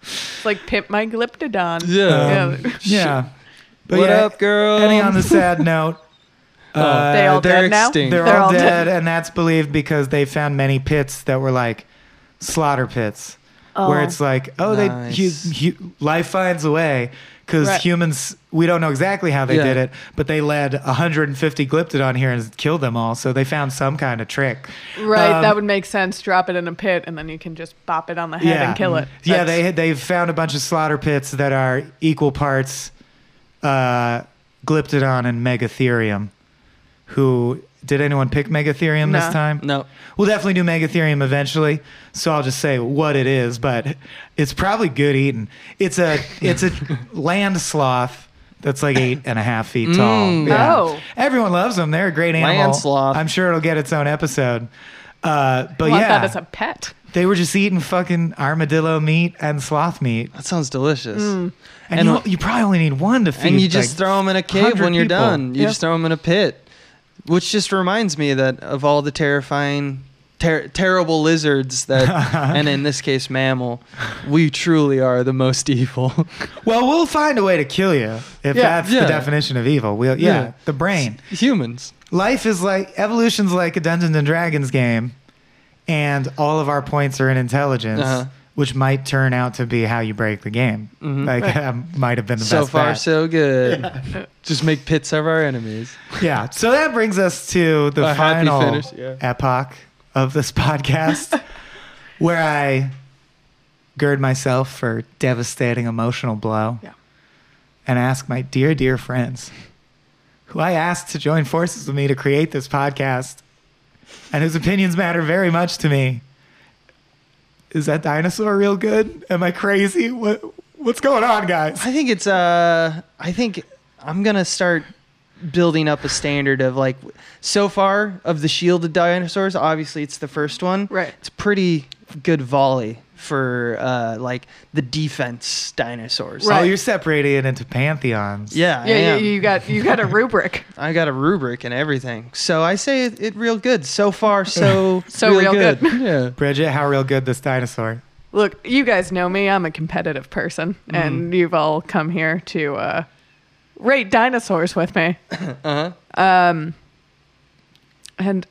Speaker 3: It's like pimp my glyptodon.
Speaker 2: Yeah.
Speaker 1: Um, yeah. But
Speaker 2: what
Speaker 1: yeah,
Speaker 2: up, girl? Oh.
Speaker 1: Any on the sad
Speaker 2: <laughs>
Speaker 1: note. uh,
Speaker 3: They all
Speaker 2: they're
Speaker 3: dead now?
Speaker 2: extinct.
Speaker 1: They're,
Speaker 3: They're
Speaker 1: all,
Speaker 3: all
Speaker 1: dead,
Speaker 3: dead.
Speaker 1: and that's believed because they found many pits that were like slaughter pits, where
Speaker 3: Oh.
Speaker 1: it's like, oh,
Speaker 2: Nice.
Speaker 1: they hu hu- life finds a way because
Speaker 3: Right.
Speaker 1: humans. We don't know exactly how they
Speaker 2: Yeah.
Speaker 1: did it, but they led 150 glyptodon here and killed them all. So they found some kind of trick.
Speaker 3: Right,
Speaker 1: Um,
Speaker 3: that would make sense. Drop it in a pit, and then you can just bop it on the head and kill it.
Speaker 1: Yeah,
Speaker 3: That's-
Speaker 1: they had- they've found a bunch of slaughter pits that are equal parts uh, glyptodon and megatherium. Who did anyone pick megatherium
Speaker 3: No.
Speaker 1: this time?
Speaker 2: No.
Speaker 1: We'll definitely do Megatherium eventually, so I'll just say what it is, but it's probably good eating. It's
Speaker 2: <laughs>
Speaker 1: a it's a land sloth that's like eight and a half feet tall.
Speaker 2: Mm.
Speaker 3: Oh.
Speaker 1: Everyone loves them. They're a great animal.
Speaker 2: Land sloth.
Speaker 1: I'm sure it'll get its own episode. Uh, but
Speaker 3: want
Speaker 1: yeah,
Speaker 3: that as a pet.
Speaker 1: they were just eating fucking armadillo meat and sloth meat,
Speaker 2: That sounds delicious.
Speaker 1: and,
Speaker 2: And-
Speaker 1: you, you probably only need one to Mm. feed.
Speaker 2: and you just
Speaker 1: like,
Speaker 2: throw them in a cave
Speaker 1: 100
Speaker 2: when you're
Speaker 1: people.
Speaker 2: done. You
Speaker 1: Yeah.
Speaker 2: just throw them in a pit, which just reminds me that of all the terrifying, ter- terrible
Speaker 1: <laughs>
Speaker 2: lizards that, and in this case, mammal, we truly are the most evil.
Speaker 1: Well, we'll find a way to kill you if that's
Speaker 2: Yeah.
Speaker 1: the definition of evil. We'll,
Speaker 2: Yeah.
Speaker 1: yeah, the brain.
Speaker 2: <laughs> Humans.
Speaker 1: life is like evolution's like a Dungeons and Dragons game, and all of our points are in intelligence,
Speaker 2: Uh-huh. Mm-hmm.
Speaker 1: which might turn out to be how you break the game. Like that <laughs> might have been the
Speaker 2: So
Speaker 1: best
Speaker 2: far,
Speaker 1: bet.
Speaker 2: so good. <laughs> Just make pits of our enemies.
Speaker 1: yeah. So that brings us to the
Speaker 2: A happy
Speaker 1: final
Speaker 2: finish, yeah.
Speaker 1: epoch of this
Speaker 2: <laughs>
Speaker 1: podcast, where I gird myself for devastating emotional blow,
Speaker 3: Yeah.
Speaker 1: and ask my dear, dear friends, who I asked to join forces with me to create this podcast, and whose opinions matter very much to me. Is that dinosaur real good? Am I crazy? What what's going on, guys?
Speaker 2: I think it's uh I think I'm gonna start building up a standard of like so far of the shielded dinosaurs, obviously it's the first one.
Speaker 3: Right.
Speaker 2: It's pretty good volley for uh like the defense dinosaurs.
Speaker 3: Right.
Speaker 1: Oh, you're separating it into pantheons.
Speaker 2: Yeah, I
Speaker 3: Yeah,
Speaker 2: am.
Speaker 3: you, you got you got a rubric.
Speaker 2: I got a rubric and everything. So I say it, it real good. So
Speaker 3: <laughs>
Speaker 2: far, so
Speaker 3: So real good.
Speaker 2: <laughs> yeah.
Speaker 1: Bridget, how real good this dinosaur?
Speaker 3: Look, you guys know me. I'm a competitive person,
Speaker 2: Mm-hmm.
Speaker 3: and you've all come here to uh, rate dinosaurs with
Speaker 2: <coughs>
Speaker 3: me. uh-huh. Um, and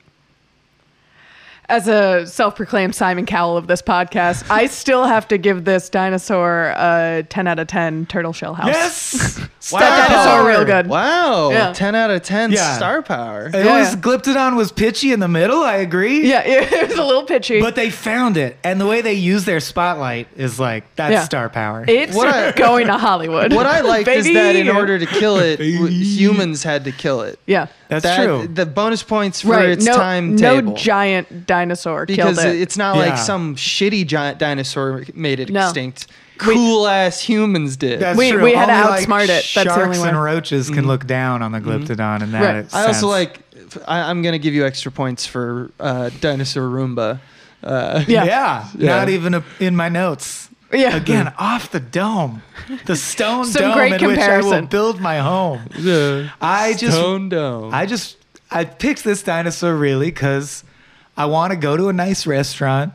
Speaker 3: as a self-proclaimed Simon Cowell of this podcast,
Speaker 2: <laughs>
Speaker 3: I still have to give this dinosaur a 10 out of 10 turtle shell house.
Speaker 1: Yes. <laughs> Star
Speaker 3: That dinosaur
Speaker 1: power.
Speaker 3: real good.
Speaker 2: Wow.
Speaker 3: Yeah.
Speaker 2: 10 out of 10
Speaker 1: Yeah.
Speaker 2: star power.
Speaker 1: It
Speaker 3: Yeah.
Speaker 1: was Glyptodon was pitchy in the middle. I agree.
Speaker 3: Yeah, <laughs> it was a little pitchy.
Speaker 1: But they found it, and the way they use their spotlight is like that's
Speaker 3: Yeah.
Speaker 1: star power.
Speaker 3: it's
Speaker 2: What I-
Speaker 3: going to Hollywood.
Speaker 2: <laughs> What I liked is
Speaker 3: Baby.
Speaker 2: that in order to kill it, w- humans had to kill it.
Speaker 3: Yeah.
Speaker 1: that's
Speaker 2: that-
Speaker 1: true.
Speaker 2: The bonus points for
Speaker 3: right.
Speaker 2: its
Speaker 3: no,
Speaker 2: time
Speaker 3: no
Speaker 2: table.
Speaker 3: giant dinosaur
Speaker 2: because
Speaker 3: killed it.
Speaker 2: it's not
Speaker 1: Yeah.
Speaker 2: like some shitty giant dinosaur made it
Speaker 3: No.
Speaker 2: extinct. Cool ass humans did.
Speaker 1: That's
Speaker 3: we-
Speaker 1: true.
Speaker 3: we had to
Speaker 1: Only,
Speaker 3: outsmart it. That's the
Speaker 1: sharks
Speaker 3: only way. Mm-hmm.
Speaker 1: and roaches can look down on the Glyptodon, and that.
Speaker 3: Right.
Speaker 1: it
Speaker 2: I also
Speaker 1: sounds-
Speaker 2: like. f- I, am gonna give you extra points for uh, dinosaur Roomba. Uh,
Speaker 3: Yeah.
Speaker 1: Yeah,
Speaker 2: Yeah.
Speaker 1: not even a, in my
Speaker 3: <laughs>
Speaker 1: notes.
Speaker 3: Yeah.
Speaker 1: Again, off the dome,
Speaker 3: <laughs>
Speaker 1: the stone
Speaker 3: Some
Speaker 1: dome in
Speaker 3: great
Speaker 1: which I will
Speaker 3: comparison.
Speaker 1: build my home.
Speaker 2: <laughs> yeah.
Speaker 1: I just
Speaker 2: Stone
Speaker 3: <laughs>
Speaker 2: Dome.
Speaker 1: I just I picked this dinosaur really because I want to go to a nice restaurant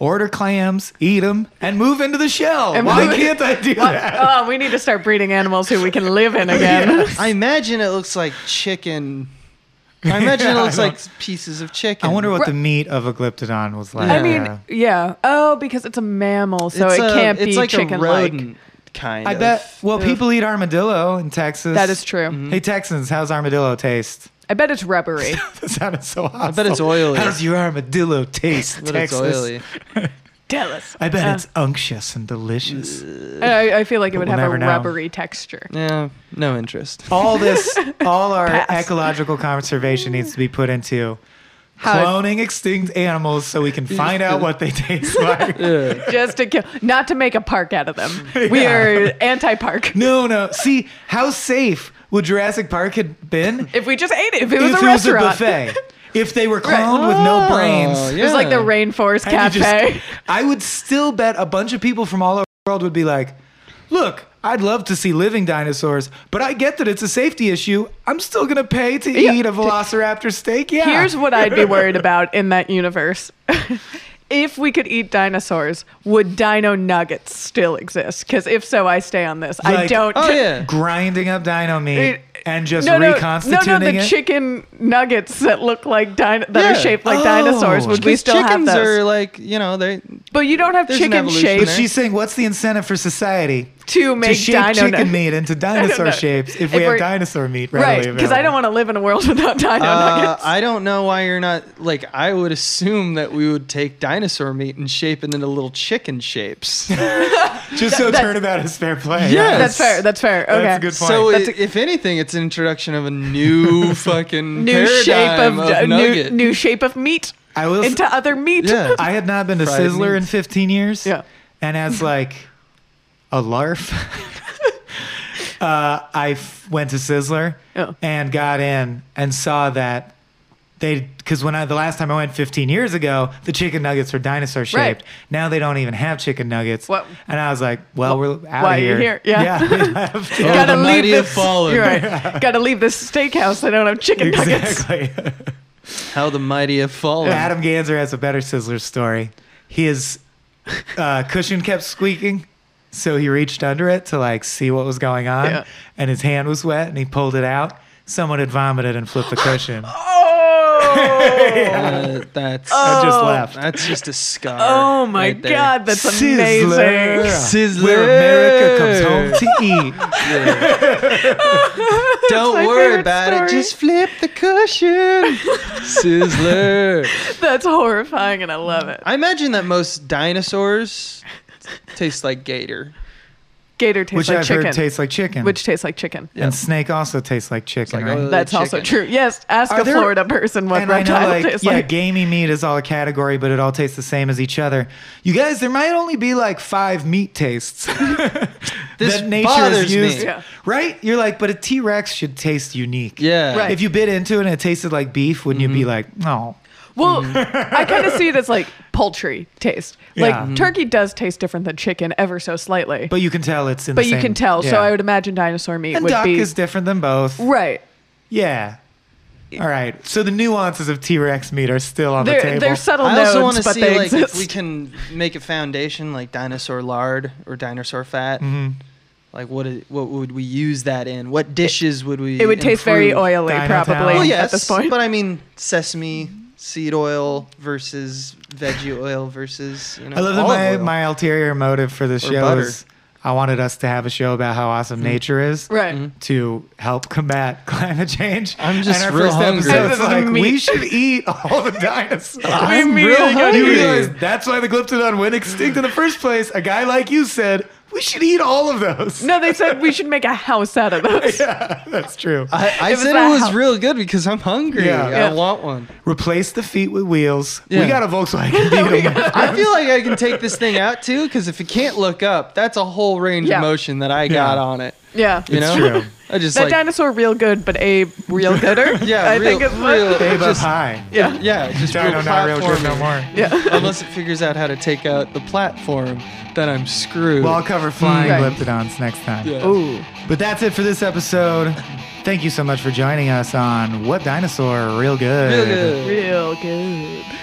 Speaker 1: order clams, eat them, and move into the shell.
Speaker 3: And
Speaker 1: Why
Speaker 3: move-
Speaker 1: can't I do that?
Speaker 3: Oh, we need to start breeding animals who we can live
Speaker 2: <laughs>
Speaker 3: in again.
Speaker 2: I imagine it looks like chicken. I imagine
Speaker 1: Yeah,
Speaker 2: it
Speaker 1: <laughs>
Speaker 2: looks
Speaker 1: I
Speaker 2: like pieces of chicken.
Speaker 1: I wonder what the meat of a glyptodon was like.
Speaker 3: I mean,
Speaker 1: Yeah.
Speaker 3: yeah. Oh, because it's a mammal, so it
Speaker 2: a-
Speaker 3: can't be
Speaker 2: it's like
Speaker 3: chicken
Speaker 2: a
Speaker 3: like.
Speaker 2: rodent kind.
Speaker 1: I
Speaker 2: of.
Speaker 1: bet. Well, people eat armadillo in Texas. Mm-hmm.
Speaker 3: That is true.
Speaker 2: Mm.
Speaker 1: Hey Texans, how's armadillo taste? <laughs>
Speaker 3: I bet it's
Speaker 2: <laughs>
Speaker 3: rubbery.
Speaker 1: That sounded so hostile.
Speaker 2: bet it's oily.
Speaker 1: How's your armadillo taste,
Speaker 2: But it's
Speaker 1: Texas?
Speaker 2: oily.
Speaker 3: Tell us.
Speaker 1: I bet
Speaker 3: Uh,
Speaker 1: it's unctuous and delicious.
Speaker 3: I, I feel like it would
Speaker 1: We'll
Speaker 3: have
Speaker 1: never
Speaker 3: a
Speaker 1: know.
Speaker 3: rubbery texture.
Speaker 2: Yeah, no interest.
Speaker 1: all
Speaker 3: <laughs>
Speaker 1: this, all our
Speaker 3: Pass.
Speaker 1: ecological conservation needs to be put into
Speaker 3: How-
Speaker 1: cloning extinct animals so we can find out what
Speaker 3: <laughs>
Speaker 1: they taste like.
Speaker 3: Just to kill, not to make a park out of them.
Speaker 1: <laughs>
Speaker 3: We
Speaker 1: Yeah.
Speaker 3: are anti-park.
Speaker 1: No, no. See how safe would Jurassic Park have been
Speaker 3: If we just ate it, if it was
Speaker 1: if
Speaker 3: a
Speaker 1: it was a
Speaker 3: restaurant,
Speaker 1: buffet? If they were cloned
Speaker 3: Right.
Speaker 1: with no
Speaker 2: Oh,
Speaker 1: brains,
Speaker 3: it was like the
Speaker 2: Yeah.
Speaker 3: rainforest
Speaker 1: And you
Speaker 3: cafe.
Speaker 1: just- I would still bet a bunch of people from all over the world would be like, look, I'd love to see living dinosaurs, but I get that it's a safety issue. I'm still going to pay to
Speaker 3: Yeah.
Speaker 1: eat a velociraptor steak. Yeah.
Speaker 3: Here's what I'd be worried about in that
Speaker 2: <laughs>
Speaker 3: universe. if we could eat dinosaurs, would dino nuggets still exist? Because if so, I stay on this. I
Speaker 1: Like-
Speaker 3: don't.
Speaker 2: Oh yeah,
Speaker 1: Grinding up dino meat
Speaker 3: It-
Speaker 1: and just
Speaker 3: no, no, no,
Speaker 1: reconstituting
Speaker 3: no, the
Speaker 1: it.
Speaker 3: chicken nuggets that look like dino- that
Speaker 2: Yeah.
Speaker 3: are shaped like
Speaker 1: Oh.
Speaker 3: dinosaurs. Would we
Speaker 2: because
Speaker 3: still have
Speaker 2: chickens
Speaker 3: those?
Speaker 2: are like you
Speaker 3: <laughs>
Speaker 2: know they.
Speaker 3: but you don't have
Speaker 2: there's an
Speaker 3: chicken
Speaker 2: evolution
Speaker 1: but
Speaker 3: shapes
Speaker 2: there.
Speaker 1: she's saying, what's the incentive for society
Speaker 3: to
Speaker 1: to
Speaker 3: make
Speaker 1: shape
Speaker 3: dino
Speaker 1: chicken
Speaker 3: nuggets.
Speaker 1: meat into dinosaur
Speaker 3: know.
Speaker 1: shapes if,
Speaker 3: If
Speaker 1: we have
Speaker 3: we're-
Speaker 1: dinosaur meat readily
Speaker 3: <laughs> Right, because I don't want to live in a world <laughs> without dino
Speaker 2: Uh,
Speaker 3: nuggets.
Speaker 2: I don't know why you're not like. I would assume that we would take dinosaur meat and shape it into little chicken shapes.
Speaker 1: to. Just so
Speaker 3: that-
Speaker 1: turnabout is fair play.
Speaker 2: Yeah.
Speaker 3: That's fair. That's fair. Okay.
Speaker 1: That's a good point.
Speaker 2: So,
Speaker 3: That's
Speaker 2: i- if anything, it's an introduction of
Speaker 3: <laughs>
Speaker 2: a new fucking
Speaker 3: new shape of,
Speaker 2: paradigm
Speaker 3: uh, new,
Speaker 2: nugget.
Speaker 3: new shape of meat
Speaker 1: I will s-
Speaker 3: into other meat.
Speaker 2: Yeah.
Speaker 1: I had not been to
Speaker 2: Fried
Speaker 1: Sizzler in
Speaker 2: meats.
Speaker 1: 15 years.
Speaker 3: Yeah.
Speaker 1: And as like a larf, <laughs> uh, I f- went to Sizzler
Speaker 3: Oh.
Speaker 1: and got in and saw that they because when I the last time I went 15 years ago, the chicken nuggets were dinosaur shaped.
Speaker 3: Right.
Speaker 1: Now they don't even have chicken nuggets.
Speaker 3: What-
Speaker 1: And I was like, well, we're out
Speaker 3: why
Speaker 1: of
Speaker 3: are you
Speaker 1: here.
Speaker 3: here? Yeah.
Speaker 1: we
Speaker 3: <laughs>
Speaker 1: have to-
Speaker 2: Oh,
Speaker 3: gotta
Speaker 2: the
Speaker 3: leave
Speaker 2: mighty have
Speaker 3: this-
Speaker 2: fallen.
Speaker 1: <laughs>
Speaker 3: You're right. Gotta leave this steakhouse. I don't have chicken nuggets.
Speaker 1: exactly. <laughs>
Speaker 2: How the mighty have fallen.
Speaker 1: Adam Ganser has a better Sizzler story. His uh, cushion kept squeaking, so he reached under it to like see what was going on,
Speaker 3: Yeah.
Speaker 1: and his hand was wet, and he pulled it out. Someone had vomited and flipped the
Speaker 3: <gasps>
Speaker 1: cushion.
Speaker 3: Oh,
Speaker 2: Uh, that's
Speaker 1: I just left.
Speaker 2: that's just a scar.
Speaker 3: oh my
Speaker 2: right there.
Speaker 3: god, Oh, that's amazing.
Speaker 1: Sizzler,
Speaker 2: Sizzler.
Speaker 1: where America comes home to eat.
Speaker 2: <laughs>
Speaker 3: <laughs>
Speaker 2: Don't
Speaker 3: my
Speaker 2: worry
Speaker 3: favorite
Speaker 2: about it.
Speaker 3: story.
Speaker 2: Just flip
Speaker 3: <laughs>
Speaker 2: the cushion. Sizzler.
Speaker 3: That's horrifying, and I love it.
Speaker 2: I imagine that most dinosaurs taste like gator.
Speaker 3: Gator tastes
Speaker 1: Which
Speaker 3: like
Speaker 1: I've
Speaker 3: chicken.
Speaker 1: heard tastes like chicken.
Speaker 3: which tastes like chicken.
Speaker 1: and snake also tastes like chicken,
Speaker 2: like,
Speaker 1: right?
Speaker 2: uh,
Speaker 3: That's also true.
Speaker 2: chicken.
Speaker 3: Yes, ask
Speaker 1: Are
Speaker 3: a
Speaker 1: there-
Speaker 3: Florida person what
Speaker 1: and I know,
Speaker 3: reptile
Speaker 1: like,
Speaker 3: tastes
Speaker 1: yeah,
Speaker 3: like.
Speaker 1: gamey meat is all a category, but it all tastes the same as each other. You guys, there might only be like five meat tastes <laughs>
Speaker 2: This
Speaker 1: that nature
Speaker 2: bothers
Speaker 1: has used,
Speaker 2: me.
Speaker 3: Yeah.
Speaker 1: right? You're like, but a T Rex should taste unique.
Speaker 2: Yeah. Mm-hmm.
Speaker 3: Right.
Speaker 1: If you bit into it and it tasted like beef, wouldn't you be like, "Oh." no?
Speaker 3: Well, I kind of see it as like poultry taste. Like
Speaker 1: mm.
Speaker 2: Mm.
Speaker 1: Yeah.
Speaker 3: turkey does taste different than chicken ever so slightly.
Speaker 1: But you can tell it's in.
Speaker 3: but
Speaker 1: the
Speaker 3: you
Speaker 1: same-
Speaker 3: can tell. So
Speaker 1: yeah.
Speaker 3: I would imagine dinosaur meat
Speaker 1: And
Speaker 3: would
Speaker 1: duck
Speaker 3: be
Speaker 1: is different than both.
Speaker 3: right.
Speaker 1: Yeah. All right. So the nuances of T Rex meat are still on the
Speaker 3: They're,
Speaker 1: table.
Speaker 3: they're subtle
Speaker 2: I also want
Speaker 3: nodes,
Speaker 2: to
Speaker 3: Oh, but
Speaker 2: see
Speaker 3: they
Speaker 2: like
Speaker 3: exist.
Speaker 2: if we can make a foundation like dinosaur lard or dinosaur fat.
Speaker 3: Mm-hmm.
Speaker 2: Like what? Is, what would we use that in? What dishes would we?
Speaker 3: it would taste very
Speaker 2: improve?
Speaker 3: oily,
Speaker 1: Dino
Speaker 3: probably
Speaker 1: Town. Well,
Speaker 3: at this point.
Speaker 2: <laughs> But I mean, sesame seed oil versus veggie oil versus you know.
Speaker 1: I love that
Speaker 2: olive
Speaker 1: my,
Speaker 2: oil.
Speaker 1: my ulterior motive for this
Speaker 2: Or
Speaker 1: show
Speaker 2: butter. Mm.
Speaker 1: is I wanted us to have a show about how awesome nature is.
Speaker 3: Right.
Speaker 2: Mm-hmm.
Speaker 1: To help combat <laughs> climate change.
Speaker 2: I'm just
Speaker 1: and our
Speaker 2: real
Speaker 1: first
Speaker 2: hungry.
Speaker 1: episode is
Speaker 3: This is
Speaker 1: like
Speaker 3: meat.
Speaker 1: we should eat all the dinosaurs.
Speaker 3: <laughs> I'm
Speaker 2: real
Speaker 3: really good.
Speaker 2: hungry.
Speaker 1: you realize that's why the glyptodon went extinct in the first place. A guy like you said we should eat all of those.
Speaker 3: No, they said we should make a house out of
Speaker 1: <laughs>
Speaker 3: those.
Speaker 1: Yeah, that's true.
Speaker 2: I, I
Speaker 3: It was
Speaker 2: said
Speaker 3: that
Speaker 2: it was
Speaker 3: hot.
Speaker 2: real good because I'm hungry.
Speaker 1: Yeah.
Speaker 2: I
Speaker 3: Yeah.
Speaker 2: want one.
Speaker 1: Replace the feet with wheels. We
Speaker 2: Yeah.
Speaker 1: got a
Speaker 2: <laughs>
Speaker 1: Volkswagen <laughs> Beetle.
Speaker 2: I feel like I can take this thing out too because if it can't look up, that's a whole range
Speaker 3: Yeah.
Speaker 2: of motion that I got
Speaker 1: Yeah.
Speaker 2: on it.
Speaker 3: Yeah.
Speaker 2: You
Speaker 1: It's
Speaker 2: know,
Speaker 1: true.
Speaker 2: <laughs> I just
Speaker 3: that
Speaker 2: like
Speaker 3: dinosaur real good, but Abe real gooder.
Speaker 2: yeah,
Speaker 3: I
Speaker 2: real,
Speaker 3: think it's
Speaker 2: real,
Speaker 1: Babe up
Speaker 2: just-
Speaker 1: high.
Speaker 3: Yeah.
Speaker 2: Yeah, it's just
Speaker 1: Dino
Speaker 2: real
Speaker 1: not real good
Speaker 2: platforming.
Speaker 1: no more.
Speaker 3: Yeah.
Speaker 2: Unless it figures out how to take out the platform, then I'm screwed.
Speaker 1: Well, I'll cover flying
Speaker 3: Right.
Speaker 1: glyptodons next time.
Speaker 2: Yeah.
Speaker 3: Ooh.
Speaker 1: But that's it for this episode. Thank you so much for joining us on What Dinosaur Real Good.
Speaker 2: Real
Speaker 3: Real
Speaker 2: good.
Speaker 3: good.